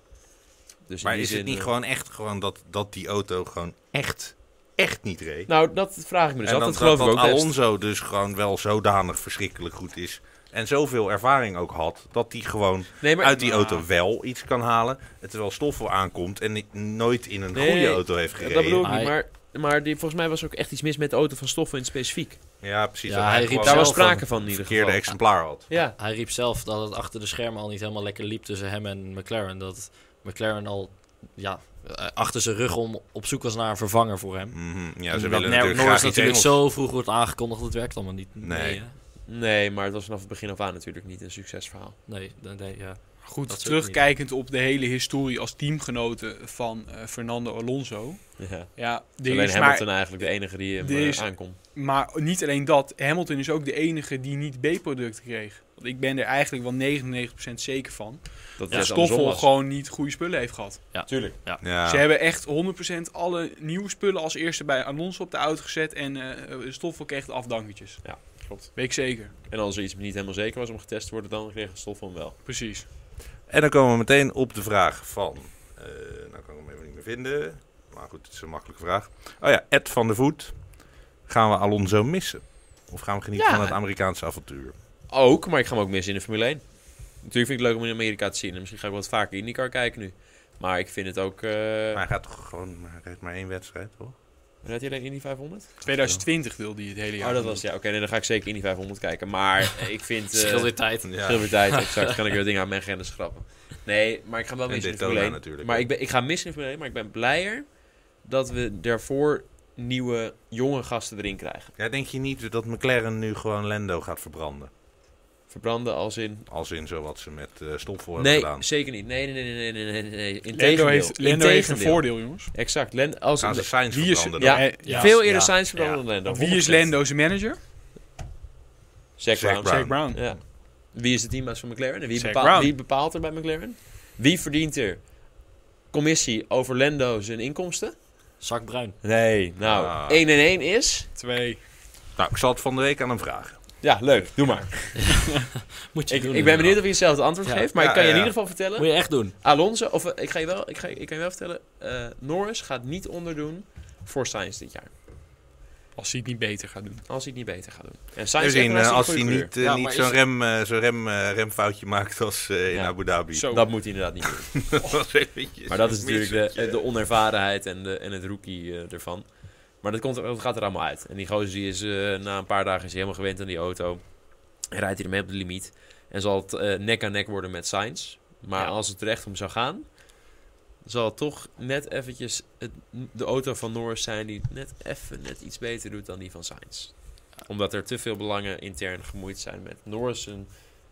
A: Dus in
D: Maar
A: die
D: is het
A: zin,
D: niet
A: eh,
D: gewoon echt gewoon dat, dat die auto gewoon echt, echt niet reed?
A: Nou, dat vraag ik me dus
D: en
A: af.
D: dan,
A: Dat geloof
D: dat,
A: ik ook
D: dat
A: best.
D: Alonso dus gewoon wel zodanig verschrikkelijk goed is. En zoveel ervaring ook had. Dat hij gewoon
A: Nee, maar
D: uit die
C: Ja.
D: auto wel iets kan halen. en Terwijl Stoffel aankomt en niet- nooit in een
A: Nee,
D: goede auto heeft
A: dat
D: gereden.
A: bedoel ik niet.
B: Hij-
A: Maar, maar die, volgens mij was er ook echt iets mis met de auto van Stoffen in het specifiek.
D: Ja, precies.
B: Ja,
D: dat
B: hij
D: hij
B: riep
D: gewoon
A: Daar was
B: zelf
A: sprake van in
D: het
A: ieder
D: verkeerde
A: geval.
D: exemplaar had.
A: Ja,
B: Hij riep zelf dat het achter de schermen al niet helemaal lekker liep tussen hem en McLaren. Dat McLaren al ja, eh, achter zijn rug om op zoek was naar een vervanger voor hem.
D: Mhm,
B: En
D: Ja, ze
B: dat
D: willen
B: Nor-
D: natuurlijk
B: Norris
D: graag iets
B: natuurlijk
D: Engels.
B: zo vroeg wordt aangekondigd, dat werkt allemaal niet.
D: Nee.
B: Nee, hè?
A: nee, maar het was vanaf het begin af aan natuurlijk niet een succesverhaal.
B: nee, nee, nee, ja.
C: Goed,
B: Dat is ook
C: terugkijkend op de hele historie als teamgenoten van eh, Fernando Alonso.
A: Ja.
C: Ja, er
A: Alleen
C: is
A: Hamilton eigenlijk de enige die hem
C: er
A: eh,
C: is-
A: aankomt.
C: Maar, maar niet alleen dat, Hamilton is ook de enige die niet B-producten kreeg. Want ik ben er eigenlijk wel 99% zeker van.
A: Dat
C: Dat
A: is
C: Stoffel gewoon niet goede spullen heeft gehad.
A: Tuurlijk.
D: Ja.
C: Ze hebben echt 100% alle nieuwe spullen als eerste bij Alonso op de auto gezet. En eh Stoffel kreeg de afdankertjes.
A: Ja, klopt.
C: Weet ik zeker.
A: En als er iets niet helemaal zeker was om getest te worden, dan kreeg Stoffel hem wel.
C: Precies.
D: En dan komen we meteen op de vraag van. eh nou kan ik hem even niet meer vinden. Maar goed, het is een makkelijke vraag. Oh ja, Ed van der Voet. Gaan we Alonso missen? Of gaan we genieten
A: Ja.
D: van het Amerikaanse avontuur?
A: Ook, maar ik ga hem ook missen in de Formule 1. Natuurlijk vind ik het leuk om in Amerika te zien. En misschien ga ik wat vaker IndyCar kijken nu. Maar ik vind het ook... eh
D: Maar hij gaat toch gewoon, hij heeft maar één wedstrijd, toch?
A: Rijdt hij alleen Indy 500?
C: 2020 wilde hij het hele jaar.
A: oh, dat
C: doen.
A: was... Ja, oké. nee, dan ga ik zeker Indy 500 kijken. Maar ik vind... eh,
B: Scheelt weer tijd.
D: Ja.
A: Veel meer tijd, exact. kan ik weer dingen aan mijn agenda schrappen. Nee, maar ik ga hem wel
D: En
A: missen in de Formule
D: Daytona
A: 1.
D: natuurlijk,
A: Maar
D: hè?
A: ik, ben, ik ga missen in de Formule 1, maar ik ben blijer dat we daarvoor nieuwe, jonge gasten erin krijgen.
D: Ja, denk je niet dat McLaren nu gewoon Lando gaat verbranden?
A: Verbranden als in...
D: Als in zo wat ze met eh Stoffel hebben
A: Nee,
D: gedaan.
A: zeker niet. Nee, nee, nee, nee, nee, nee, nee.
C: Lando
A: Integendeel.
C: heeft, Lando heeft een
A: Integendeel.
C: voordeel, jongens.
A: Exact. Len, als,
D: Gaan ze Sainz
C: Wie is-
D: verbranden dan?
A: ja,
C: Ja,
B: ja.
A: veel eerder
D: Ja.
A: Sainz verbranden
D: Ja.
A: dan Lando.
C: Wie is
A: 100%.
C: Lando's manager?
A: Zac
D: Zac
A: Brown.
D: Brown.
C: Zac Brown.
A: Ja. Wie is de teambaas van McLaren? En wie,
C: Zac
A: bepaalt,
C: Brown.
A: wie bepaalt er bij McLaren? Wie verdient er commissie over Lando zijn inkomsten?
B: Zak Bruin.
A: Nee, nou,
D: Ah.
A: 1 en 1 is...
C: Twee.
D: Nou, ik zal het van de week aan hem vragen.
A: Ja, leuk. Doe maar.
B: Moet je
A: Ik,
B: doen,
A: ik ben benieuwd
B: inderdaad.
A: of je hetzelfde antwoord
B: Ja.
A: geeft. Maar
D: Ja,
A: ik kan je
D: ja,
A: in
D: ja.
A: ieder geval vertellen...
B: Moet je echt doen.
A: Alonso, of eh, ik ga je wel, ik ga, ik kan je wel vertellen... eh, Norris gaat niet onderdoen voor Sainz dit jaar.
C: Als hij het niet beter gaat doen.
A: Als hij het niet beter gaat doen. En
D: We
A: Sainz is echt
D: zien
A: een hartstikke
D: als hij
A: goede coureur.
D: niet, eh,
B: Ja,
D: niet
B: maar is
D: zo'n
B: het-
D: rem, eh, zo'n rem, eh, remfoutje maakt als eh, in
A: Ja.
D: Abu Dhabi.
C: Zo.
A: Dat moet hij inderdaad niet doen. Maar dat is natuurlijk de, de onervarenheid en, de, en het rookie eh, ervan. Maar dat, komt, er- dat gaat er allemaal uit. En die gozer die is eh, na een paar dagen is hij helemaal gewend aan die auto. En rijdt hij ermee op de limiet. En zal het eh, nek aan nek worden met Sainz. Maar
B: Ja.
A: als het er echt om zou gaan... zal het toch net eventjes het, de auto van Norris zijn... die net even net iets beter doet dan die van Sainz. Omdat er te veel belangen intern gemoeid zijn met Norris... zijn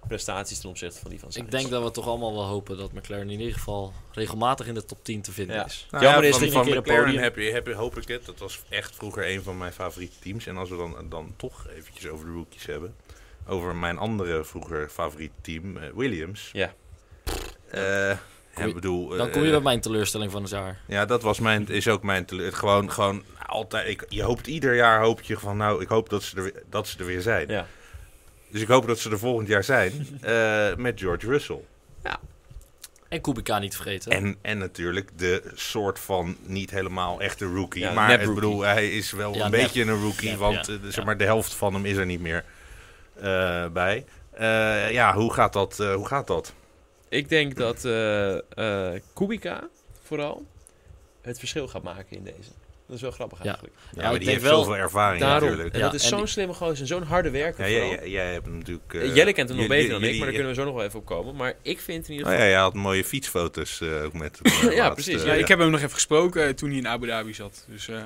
A: prestaties ten opzichte van die van Sainz.
B: Ik denk dat we toch allemaal wel hopen dat McLaren in ieder geval regelmatig in de top 10 te vinden
A: Ja.
B: is.
D: Nou
A: Jammer
D: ja,
A: is
D: van,
A: dat je
D: van
A: een keer een
D: McLaren
A: podium-
D: heb je, heb je, hoop ik het. Dat was echt vroeger een van mijn favoriete teams. En als we dan, dan toch eventjes over de rookies hebben. Over mijn andere vroeger favoriete team, eh, Williams.
A: Ja.
D: Eh,
B: Kom je-
D: ik bedoel,
B: Dan
D: eh,
B: kom je bij mijn teleurstelling van het jaar.
D: Ja, dat was mijn, is ook mijn teleur. het Gewoon, gewoon altijd. Ik, je hoopt ieder jaar hoop je van, nou, ik hoop dat ze er, weer- dat ze er weer zijn.
A: Ja.
D: Dus ik hoop dat ze er volgend jaar zijn eh, met George Russell.
B: En Kubica niet vergeten.
D: En, en natuurlijk de soort van niet helemaal echte rookie.
A: Ja,
D: maar
A: nep
D: ik
A: rookie.
D: bedoel, hij is wel
B: Ja,
D: een
B: nep.
D: beetje een rookie.
B: Nep,
D: want
B: ja,
D: eh, zeg
B: ja.
D: maar, de helft van hem is er niet meer eh, bij. Eh, ja, hoe gaat dat? eh, hoe gaat dat?
A: Ik denk dat eh, eh, Kubica vooral het verschil gaat maken in deze. Dat is wel grappig
B: Ja.
A: eigenlijk.
D: Ja,
B: ik
D: maar die
B: denk
D: heeft
B: wel-
D: zoveel ervaring
A: Daarom.
D: natuurlijk.
A: En
B: Ja,
A: dat is
B: en
A: zo'n
B: die-
A: slimme gozer en zo'n harde werker
D: Ja,
A: vooral.
D: jij, jij- jij hebt natuurlijk... eh,
A: Eh, Jelle kent hem nog
D: jullie-
A: beter dan ik,
D: jullie-
A: maar daar kunnen we zo nog wel even op komen. Maar ik vind in ieder
D: Oh ja,
A: geval...
D: jij had mooie fietsfoto's eh, ook met hem, eh,
A: Ja,
D: laatst,
A: precies.
D: eh,
C: Ja, ik heb hem nog even gesproken eh, toen hij in Abu Dhabi zat. Dus eh,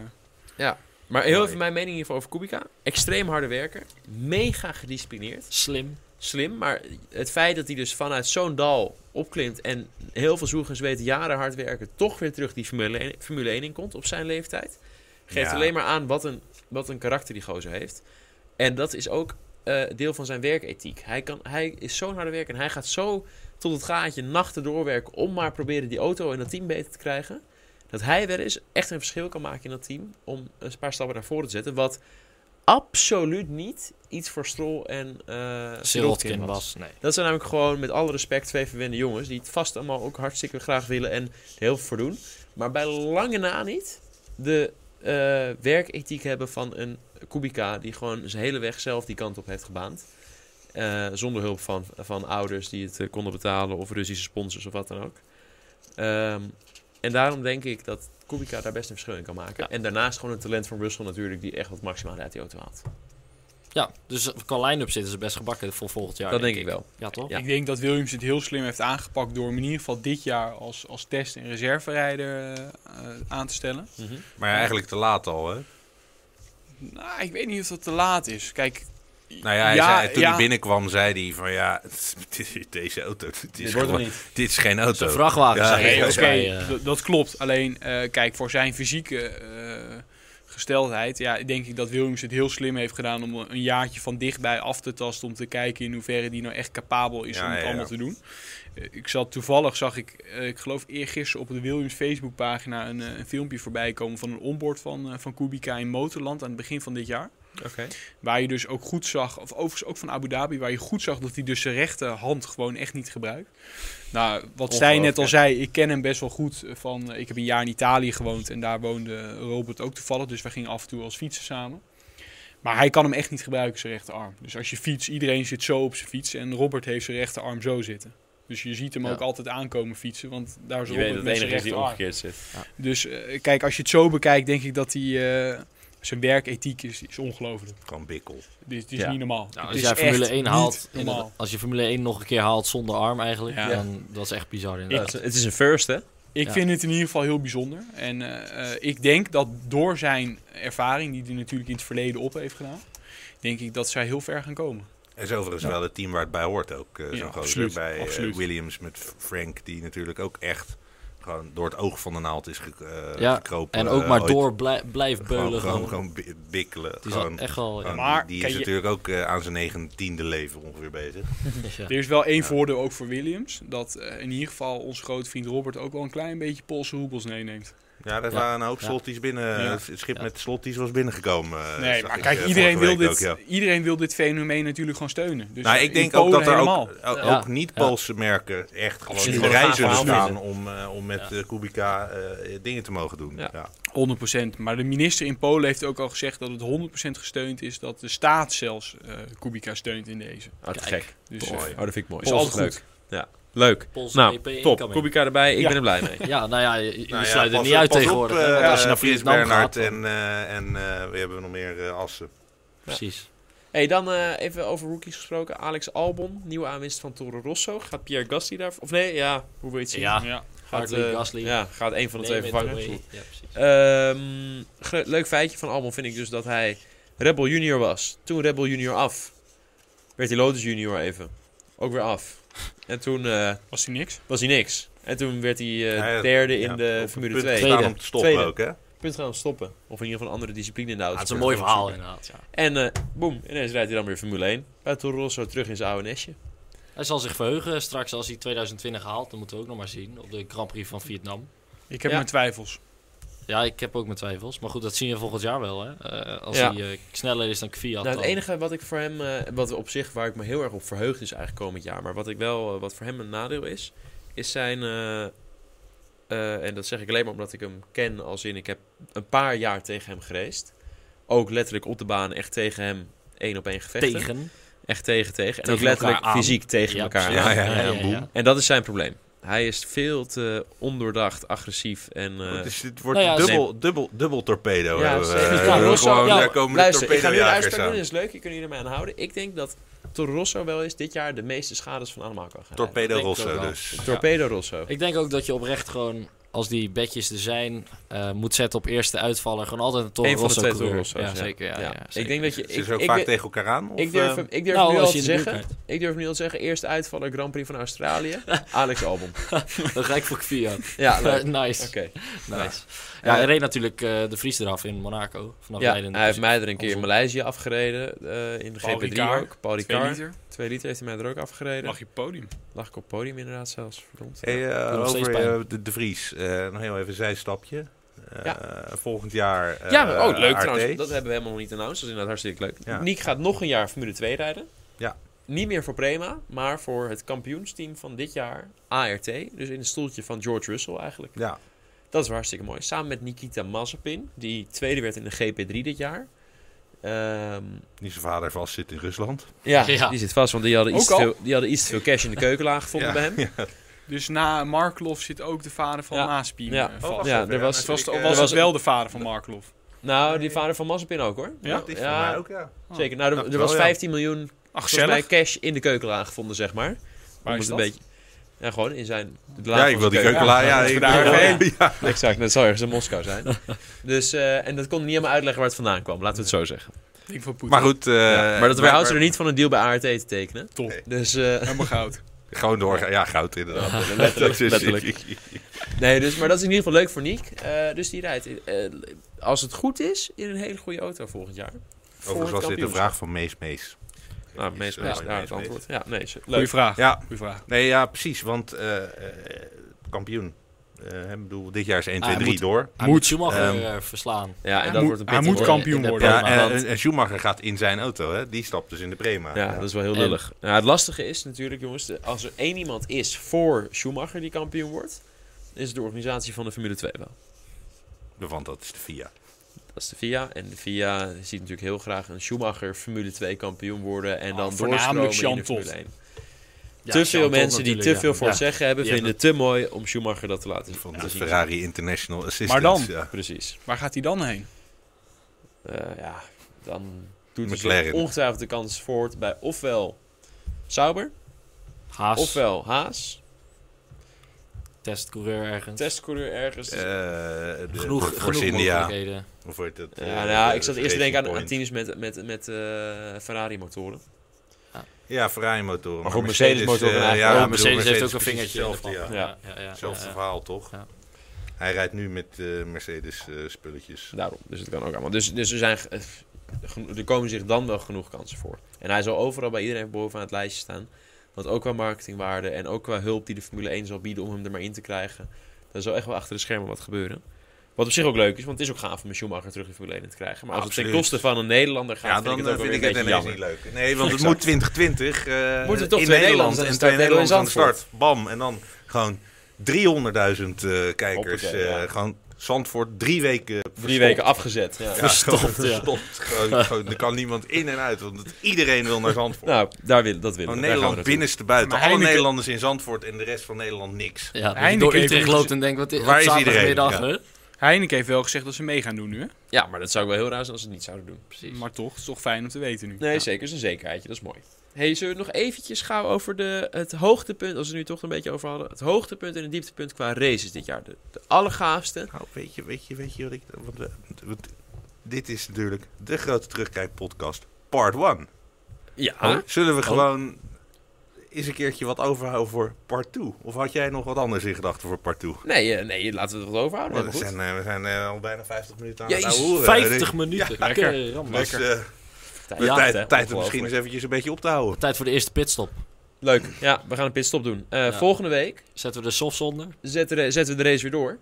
A: Maar heel
D: Mooi.
A: even mijn mening hiervoor over Kubica. Extreem harde werker. Mega gedisciplineerd.
B: Slim.
A: Slim, maar het feit dat hij dus vanuit zo'n dal opklimt... en heel veel zoek en zweten jaren hard werken... toch weer terug die Formule 1, Formule 1 in komt op zijn leeftijd... geeft
D: Ja.
A: alleen maar aan wat een, wat een karakter die gozer heeft. En dat is ook eh, deel van zijn werkethiek. Hij, kan, hij is zo'n harde werker en hij gaat zo tot het gaatje nachten doorwerken... om maar proberen die auto en dat team beter te krijgen. Dat hij wel eens echt een verschil kan maken in dat team... om een paar stappen naar voren te zetten. Wat absoluut niet iets voor Stroll en eh
B: Sirotkin
A: Sirotkin was.
B: was. Nee.
A: Dat zijn namelijk gewoon, met alle respect, twee verwende jongens. Die het vast allemaal ook hartstikke graag willen en er heel veel voor doen. Maar bij lange na niet de eh, werkethiek hebben van een Kubica. Die gewoon zijn hele weg zelf die kant op heeft gebaand. Eh, zonder hulp van, van ouders die het eh, konden betalen. Of Russische sponsors of wat dan ook. Ehm, en daarom denk ik dat Kubica daar best een verschil in kan maken.
B: Ja.
A: En daarnaast gewoon een talent van Russell natuurlijk. Die echt wat maximaal uit die auto haalt.
B: Ja, dus qua line-up zitten ze best gebakken voor volgend jaar.
A: dat denk ik wel.
B: Ja, toch?
A: Ja.
C: Ik denk dat Williams het heel slim heeft aangepakt door hem in ieder geval dit jaar als, als test- en reserverijder eh, eh, aan te stellen.
A: Mhm.
D: Maar ja, eigenlijk te laat al, hè?
C: Nou, ik weet niet of dat te laat is. Kijk,
D: Nou ja, hij
C: ja,
D: zei, toen
C: ja,
D: hij binnenkwam zei hij van ja, het is- deze auto, het is,
A: Dit wordt hem
D: gewoon-
A: niet.
D: dit is geen auto.
B: Zo'n vrachtwagen
D: Ja,
B: zijn.
D: nee,
B: volgens
D: oké.
B: mij, eh,
C: d- dat klopt. Alleen, eh, kijk, voor zijn fysieke eh, gesteldheid, ja, denk ik dat Williams het heel slim heeft gedaan om een jaartje van dichtbij af te tasten om te kijken in hoeverre die nou echt capabel is
D: Ja,
C: om het
D: ja,
C: allemaal
D: ja.
C: te doen. Eh, ik zat toevallig, zag ik, eh, ik geloof eergisteren op de Williams Facebookpagina een, eh, een filmpje voorbij komen van een onboard van, eh, van Kubica in Motorland aan het begin van dit jaar.
A: Oké.
C: Waar je dus ook goed zag, of overigens ook van Abu Dhabi, waar je goed zag dat hij dus zijn rechterhand gewoon echt niet gebruikt. Nou, wat zij net al
A: Ongelooflijk,
C: zei, ik ken hem best wel goed. eh, Van, eh, ik heb een jaar in Italië gewoond en daar woonde Robert ook toevallig. Dus wij gingen af en toe als fietsen samen. Maar hij kan hem echt niet gebruiken, zijn rechterarm. Dus als je fiets, iedereen zit zo op zijn fiets en Robert heeft zijn rechterarm zo zitten. Dus je ziet hem
A: Ja.
C: ook altijd aankomen fietsen, want daar is
A: Je
C: Robert
A: weet dat het
C: met zijn
A: enige is die
C: rechterarm.
A: omgekeerd zit.
C: Dus eh, kijk, als je het zo bekijkt, denk ik dat hij... eh, zijn werkethiek is, is ongelooflijk.
D: Gewoon bikkel.
C: Dit, dit is
A: Ja.
C: niet normaal.
B: nou,
C: Het
B: als
C: is
B: jij
C: echt
B: Formule 1
C: niet
B: haalt,
C: normaal.
B: inderdaad, als je Formule 1 nog een keer haalt zonder arm eigenlijk,
C: Ja.
B: dan dat is echt bizar
A: Ja,
B: inderdaad.
A: het is- het is een first, hè?
C: Ik
B: Ja.
C: vind het in ieder geval heel bijzonder. En eh, eh, ik denk dat door zijn ervaring, die hij natuurlijk in het verleden op heeft gedaan, denk ik dat zij heel ver gaan komen.
D: En is overigens wel het team waar het bij hoort ook. eh,
C: Ja,
D: zo'n gozer
C: absoluut,
D: bij eh,
C: absoluut.
D: Williams met F- Frank, die natuurlijk ook echt gewoon door het oog van de naald is ge- eh,
B: Ja,
D: gekropen.
B: en
D: eh,
B: ook maar
D: ooit.
B: door blij- blijft
D: Gewoon,
B: beulen.
D: gewoon,
B: Gewoon,
D: gewoon bi- bikkelen.
B: die
D: Gewoon-
B: zat echt wel...
D: gewoon-
B: Ja,
C: Maar
D: die
C: kan
D: is
C: je-
D: natuurlijk ook eh, aan zijn negentiende leven ongeveer bezig.
B: ja.
C: Er is wel één voordeel ook voor Williams, dat eh, in ieder geval onze grote vriend Robert ook wel een klein beetje Poolse roebels meeneemt.
D: Ja, er
B: Ja.
D: waren ook
B: Ja.
D: slotties binnen.
C: Ja.
D: Het schip
B: Ja.
D: met slotties was binnengekomen. eh,
C: nee,
D: zag
C: maar
D: ik,
C: kijk,
D: eh,
C: iedereen wil,
D: vorige
C: dit,
D: week ook, ja.
C: iedereen wil dit fenomeen natuurlijk gewoon steunen. Dus
D: nou,
C: in
D: ik denk
C: Polen
D: ook dat er
C: helemaal.
D: ook, ook,
B: Ja.
D: ook niet-Poolse merken echt gewoon
A: Absoluut.
D: in de rij zullen
A: Gewoon gaan
D: staan om, eh, om met eh, Kubica eh, dingen te mogen doen.
A: Ja.
D: Ja.
C: 100%. Maar de minister in Polen heeft ook al gezegd dat het 100% gesteund is. Dat de staat zelfs eh, Kubica steunt in deze.
A: Oh, te
B: Kijk.
A: gek.
C: Dus,
D: Mooi.
A: Oh,
C: eh,
A: dat vind ik mooi.
C: Is altijd goed.
A: Leuk.
B: Poolse
A: Nou,
B: EP
A: top.
B: incoming.
A: Kubica erbij. Ik
C: Ja.
A: ben er blij mee.
B: Ja, nou ja, je, je
D: Nou ja,
B: sluit er
D: pas-
B: niet uit
D: pas op,
B: tegenwoordig.
D: eh,
B: hè. als je naar
D: Frits
B: Vietnam
D: Bernhard
B: gaat,
D: en,
B: dan-
D: eh, en eh, we hebben we nog meer eh, assen.
B: precies.
A: hey, dan eh, even over rookies gesproken. Alex Albon, nieuwe aanwinst van Toro Rosso. Gaat Pierre Gasly daar... Of nee, ja, hoe wil je het zien?
B: Ja,
C: ja.
A: gaat,
B: Hartley,
A: eh,
B: Gasly.
A: Ja, gaat één van de twee
B: Name it
A: vervangen.
B: away. Ja, precies.
A: Ehm, gro- leuk feitje van Albon vind ik dus dat hij Rebel Junior was. Toen Rebel Junior af. Werd hij Lotus Junior even. Ook weer af. En toen eh,
C: Was hij niks?
A: was hij niks. En toen werd hij eh,
D: Ja, ja,
A: derde in
D: ja, op
A: de
D: het
A: Formule
D: punt
A: 2.
D: staan
B: Tweede.
D: om te stoppen
A: Tweede.
D: ook, hè?
A: Punt gaan stoppen. Of in ieder geval een andere discipline in de
B: Ja,
A: auto.
B: het is een mooi verhaal inderdaad. Ja.
A: En eh, boem, ineens rijdt hij dan weer Formule 1. Bij Toro Rosso terug in zijn oude nestje.
B: Hij zal zich verheugen straks als hij 2020 haalt. Dat moeten we ook nog maar zien op de Grand Prix van Vietnam.
C: Ik heb
A: Ja.
C: mijn twijfels.
B: Ja, ik heb ook mijn twijfels. Maar goed, dat zien we volgend jaar wel. Hè? Eh, als
A: Ja.
B: hij eh, sneller is dan Kvyat.
A: nou, het
B: dan-
A: enige wat ik voor hem, eh, wat op zich, waar ik me heel erg op verheugd is eigenlijk komend jaar. Maar wat ik wel, eh, wat voor hem een nadeel is, is zijn. eh, eh, en dat zeg ik alleen maar omdat ik hem ken, als in ik heb een paar jaar tegen hem gereisd. Ook letterlijk op de baan, echt tegen hem één op één gevechten.
B: tegen.
A: Echt tegen, tegen. En
B: Tegen
A: ook letterlijk
B: elkaar aan.
A: fysiek tegen
B: Ja,
A: elkaar. Ah,
B: precies.
D: Ja, ja, ja, boem.
A: En dat is zijn probleem. Hij is veel te ondoordacht, agressief en... eh,
D: Oh, het, is- het wordt
B: Nou ja,
D: dubbel, dubbel, dubbel torpedo.
A: Ja,
D: hebben we. eh,
A: zeker.
D: We
A: Ja,
D: hebben
A: Rosso-
D: gewoon,
B: ja,
D: daar komen
A: Luister,
D: de
A: ik ga nu een
D: torpedojagers
A: uitspraak doen,
D: aan.
A: dat is leuk. Je kunt jullie ermee aanhouden. Ik denk dat Toro Rosso wel eens dit jaar de meeste schades van allemaal kan gaan rijden.
D: Torpedo
B: denk ik ook
D: Rosso
B: wel.
D: dus.
A: Torpedo Rosso.
B: Ik denk ook dat je oprecht gewoon, als die bedjes er zijn, eh, moet zetten op eerste uitvaller. Gewoon altijd een Toro
A: Eén van de
B: Rosso
A: twee Toro
B: coureur.
A: Rosso's.
B: Ja, zeker. Ja, ja,
A: ik
B: zeker.
A: denk dat je...
D: Zitten
A: Ik,
D: ze ook
A: ik,
D: vaak
A: ik,
D: tegen elkaar aan? Of,
A: ik durf,
D: eh,
A: hem, ik, durf
B: Nou,
A: nu
B: als
A: al
B: je
A: te
B: in de buurt
A: zeggen, ik durf nu al te zeggen, eerste uitvaller Grand Prix van Australië, Alex Albon.
B: Dan ga ik voor Kvyat.
A: Ja, leuk.
B: nice.
A: Oké.
B: nice. Ja, hij reed natuurlijk eh, de Vries eraf in Monaco. Vanaf dus.
A: Ja,
B: leidende
A: hij heeft mij er een keer
B: andersom.
A: in Maleisië afgereden, eh, in de GP3
C: Paul Ricard,
A: ook. Paul
C: Twee
A: Ricard,
C: liter.
A: 2 liter heeft hij mij er ook afgereden.
C: Mag je podium.
A: Lag ik op het podium inderdaad zelfs, verdomd.
D: Hey, eh,
B: Doe nog steeds
D: over
B: pijn.
D: eh, de, de Vries, eh, nog heel even een zijstapje. Eh, Volgend jaar. eh,
A: ja, oh, leuk
D: RT.
A: trouwens. Dat hebben we helemaal nog niet announced. Dat is inderdaad hartstikke leuk.
D: Ja.
A: Niek gaat nog een jaar Formule 2 rijden.
D: Ja.
A: Niet meer voor Prema, maar voor het kampioensteam van dit jaar, ART. Dus in het stoeltje van George Russell eigenlijk.
D: Ja,
A: Dat is wel hartstikke mooi. Samen met Nikita Mazepin, die tweede werd in de GP3 dit jaar. Ehm,
D: die zijn vader vast zit in Rusland.
A: ja,
B: Ja.
A: die zit vast, want die hadden, iets
C: Ook
A: te
C: al?
A: veel, die hadden iets te veel cash in de keukenlaag gevonden
D: Ja,
A: bij hem.
D: ja.
C: Dus na Marklov zit ook de vader van
A: Ja.
C: Maaspien
A: Ja.
C: eh,
A: Oh,
C: vast.
A: wacht Ja, even, er ja, was-
C: Het was,
D: natuurlijk,
C: of
D: eh,
C: was
A: er was-
C: het wel de vader van Marklov?
A: Nou, die vader van Mazepin ook hoor.
C: Ja?
D: Dat is voor mij ook, ja.
C: Oh.
A: Zeker. Nou, er,
D: Dacht
A: er
D: wel,
A: was
D: ja.
A: 15 miljoen
C: Ach,
A: volgens mij
C: gezellig.
A: cash in de keukenlaag gevonden, zeg maar. Om
C: Waar is
A: het
C: dat?
A: beetje. Ja, gewoon in zijn. de laag
D: Ja, ik
A: van
D: wil die
A: zijn
D: keuken
C: keuken.
D: laten. Ja,
C: Ja,
D: ik
C: daar
D: wil-
C: heen.
D: ja.
A: Exact, dat zou ergens in Moskou zijn. dus, eh, en dat kon niet helemaal uitleggen waar het vandaan kwam, laten we het zo zeggen.
C: Ik van Poetin.
D: Maar goed. eh,
A: Ja, maar dat weerhoudt ze er niet van een deal bij ART te tekenen.
C: Top.
D: Nee.
A: Dus, eh,
C: Helemaal goud.
D: Gewoon doorgaan. Ja, goud inderdaad.
A: letterlijk,
D: Dat is-
A: letterlijk. Nee, dus, maar dat is in ieder geval leuk voor Niek. Eh, dus die rijdt, eh, als het goed is, in een hele goede auto volgend jaar. Voor het
D: Overigens was dit een
A: kampioenschap.
D: vraag van Mees Mees.
A: Nou, meest
D: Eh,
A: meest
D: van
A: daar
D: Mees
A: het antwoord.
D: Mees.
A: Ja, nee, is-
C: Goeie
A: leuk.
C: vraag.
D: Ja,
C: Goeie vraag.
D: nee, ja, precies. Want eh, eh, kampioen. Eh, ik bedoel, dit jaar is 1,
A: Ah,
D: 2,
B: hij
D: 3
B: moet-
D: door.
B: Hij moet
D: Ehm,
B: Schumacher eh, verslaan.
A: Ja, en
C: Hij
A: dat
C: moet-
A: wordt een
C: hij
A: pittig
C: moet
A: hoor.
C: kampioen
B: In de
C: worden.
D: Ja,
B: Prema,
D: en,
B: want-
D: en- en Schumacher gaat in zijn auto, hè? Die stapt dus in de Prema.
A: Ja, dat is wel heel
B: En-
A: lullig. Ja, het lastige is natuurlijk, jongens, de- als er één iemand is voor Schumacher die kampioen wordt, is het de organisatie van de Formule 2 wel.
D: Want dat is de FIA.
A: Dat is de VIA. En de VIA ziet natuurlijk heel graag een Schumacher Formule 2 kampioen worden. En
B: Oh,
C: Ah,
A: dan
C: voornamelijk
A: doorstromen in
C: Jean
A: de
C: Todt.
A: Formule 1.
B: Ja,
A: te veel
B: Jean Todt
A: mensen die te
B: natuurlijk,
A: veel
B: ja.
A: voor het
B: Ja.
A: zeggen hebben,
B: Die
A: vinden het te mooi om Schumacher dat te laten
D: Van
A: laten
D: de
A: zien.
D: Ferrari International Assistance.
C: Maar dan?
D: Ja.
A: Precies.
C: Waar gaat hij dan heen?
A: Eh, ja, dan doet hij
D: McLaren.
A: zich ongetwijfeld de kans voort bij ofwel Sauber,
B: Haas,
A: ofwel Haas,
B: testcoureur ergens.
A: testcoureur ergens.
D: Eh, de-
B: genoeg
D: voor
B: genoeg
D: India.
B: mogelijkheden.
D: Of wordt het,
A: Ja,
D: eh,
A: nou ja, ik zat
D: de
A: eerst te denken aan, aan
D: Racing Point.
A: teams met, met, met eh, Ferrari-motoren.
D: Ja, Ferrari-motoren.
A: Maar goed, Mercedes-motoren
D: eh,
A: eigenlijk
D: ja,
A: ook.
D: ik
B: oh,
D: bedoel,
B: Mercedes, heeft ook
D: Mercedes
B: een
D: precies
B: vingertje. in de
D: hetzelfde,
B: pap.
D: ja.
A: ja.
B: ja, ja,
D: Hetzelfde
B: ja.
D: verhaal, toch?
B: Ja.
D: Hij rijdt nu met eh, Mercedes-spulletjes.
A: Daarom, dus het kan ook allemaal. Dus, dus er, zijn, ge- eh, geno- er komen zich dan wel genoeg kansen voor. En hij zal overal bij iedereen bovenaan het lijstje staan. Want ook qua marketingwaarde en ook qua hulp die de Formule 1 zal bieden om hem er maar in te krijgen. Daar zal echt wel achter de schermen wat gebeuren. Wat op zich ook leuk is, want het is ook gaaf om een Schumacher terug in Formule 1 in te krijgen. Maar als het ten
D: Absoluut.
A: koste van een Nederlander gaat,
D: Ja, dan eh,
A: vind ik het ook
D: vind
A: wel
D: ik
A: weer een
D: het ineens
A: beetje jammer.
D: niet leuk. Nee, want het
A: Exact.
D: moet 2020 eh
A: Moeten toch
D: in
A: twee
D: Nederland
A: Nederlanders aan
D: en
A: de
D: twee
A: start,
D: Nederlanders aan de
A: Nederland
D: start. Bam. En dan gewoon 300.000 eh, kijkers.
A: Hoppakee, ja.
D: eh, Gewoon Zandvoort drie weken
A: Drie weken afgezet. Ja.
D: Verstopt,
B: Verstopt, ja.
D: verstopt. Gewoon, gewoon, er kan niemand in en uit, want het- iedereen wil naar Zandvoort.
A: Nou, daar wil, dat willen
D: Gewoon
A: we. Daar gaan we
D: Oh, Nederland
A: naartoe.
D: binnenste buiten.
C: Maar
D: Alle
C: Heineken-
D: Nederlanders in Zandvoort en de rest van Nederland niks.
B: Ja, dat je
C: Heineken
B: door
C: heeft
B: Utrecht
C: hem
B: loopt en denkt, wat is,
D: Waar is iedereen?
B: zaterdagmiddag,
D: Ja.
B: hè?
C: Heineken heeft wel gezegd dat ze mee gaan doen nu, hè?
A: Ja, maar dat zou ik wel heel raar zijn als ze het niet zouden doen.
B: Precies.
C: Maar toch, het is toch fijn om te weten nu.
A: Nee, zeker. is een zekerheidje. Dat is mooi. Hey, zullen we het nog eventjes gauw over de, het hoogtepunt, als we het nu toch een beetje over hadden. Het hoogtepunt en het dieptepunt qua races dit jaar. De, de allergaafste.
D: Nou, weet je, weet je, weet je wat ik... Want, we- want dit is natuurlijk de grote terugkijkpodcast, part 1.
A: Ja.
D: Zullen
A: Oh.
D: we gewoon eens een keertje wat overhouden voor part 2? Of had jij nog wat anders in gedachten voor part 2?
A: Nee, eh, nee, laten we het wat overhouden.
D: We
A: helemaal
D: zijn,
A: goed.
D: eh, we zijn eh, al bijna 50 minuten aan
A: Jezus,
D: het ouwe Nou, hoeren.
B: 50 minuten.
C: lekker.
B: Oké, rammen.
D: Dus, eh,
A: Tijd,
B: Ja,
A: hè?
D: tijd, tijd om
A: Ongelooflijk.
D: misschien eens eventjes een beetje op te houden.
B: Tijd voor de eerste pitstop.
A: Leuk. Ja, we gaan een pitstop doen. Eh,
B: Ja.
A: Volgende week
B: Zetten we de softs onder.
A: zetten, de- zetten we de race weer door.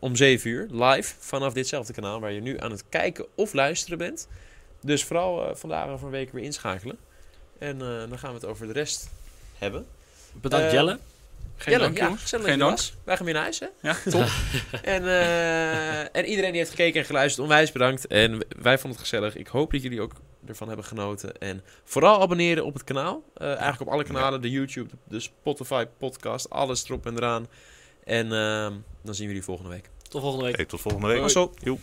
A: Om 7 uur, live, vanaf ditzelfde kanaal waar je nu aan het kijken of luisteren bent. Dus vooral eh, vandaag over een week weer inschakelen. En eh, dan gaan we het over de rest hebben.
B: Bedankt
A: Eh,
B: Jelle.
C: Geen
A: Jelle,
C: dank,
A: ja,
C: jongens.
A: gezellig
C: Geen
A: dat je
C: dank.
A: was. Wij gaan weer naar huis, hè?
C: Ja.
A: Top. en, eh, en iedereen die heeft gekeken en geluisterd, onwijs bedankt. En wij vonden het gezellig. Ik hoop dat jullie ook ervan hebben genoten. En vooral abonneren op het kanaal. Eh, eigenlijk op alle kanalen. De YouTube, de Spotify podcast, alles erop en eraan. En ehm, dan zien we jullie volgende week.
B: Tot volgende week.
D: Hey, tot volgende week.
A: Pas op.
D: Joep.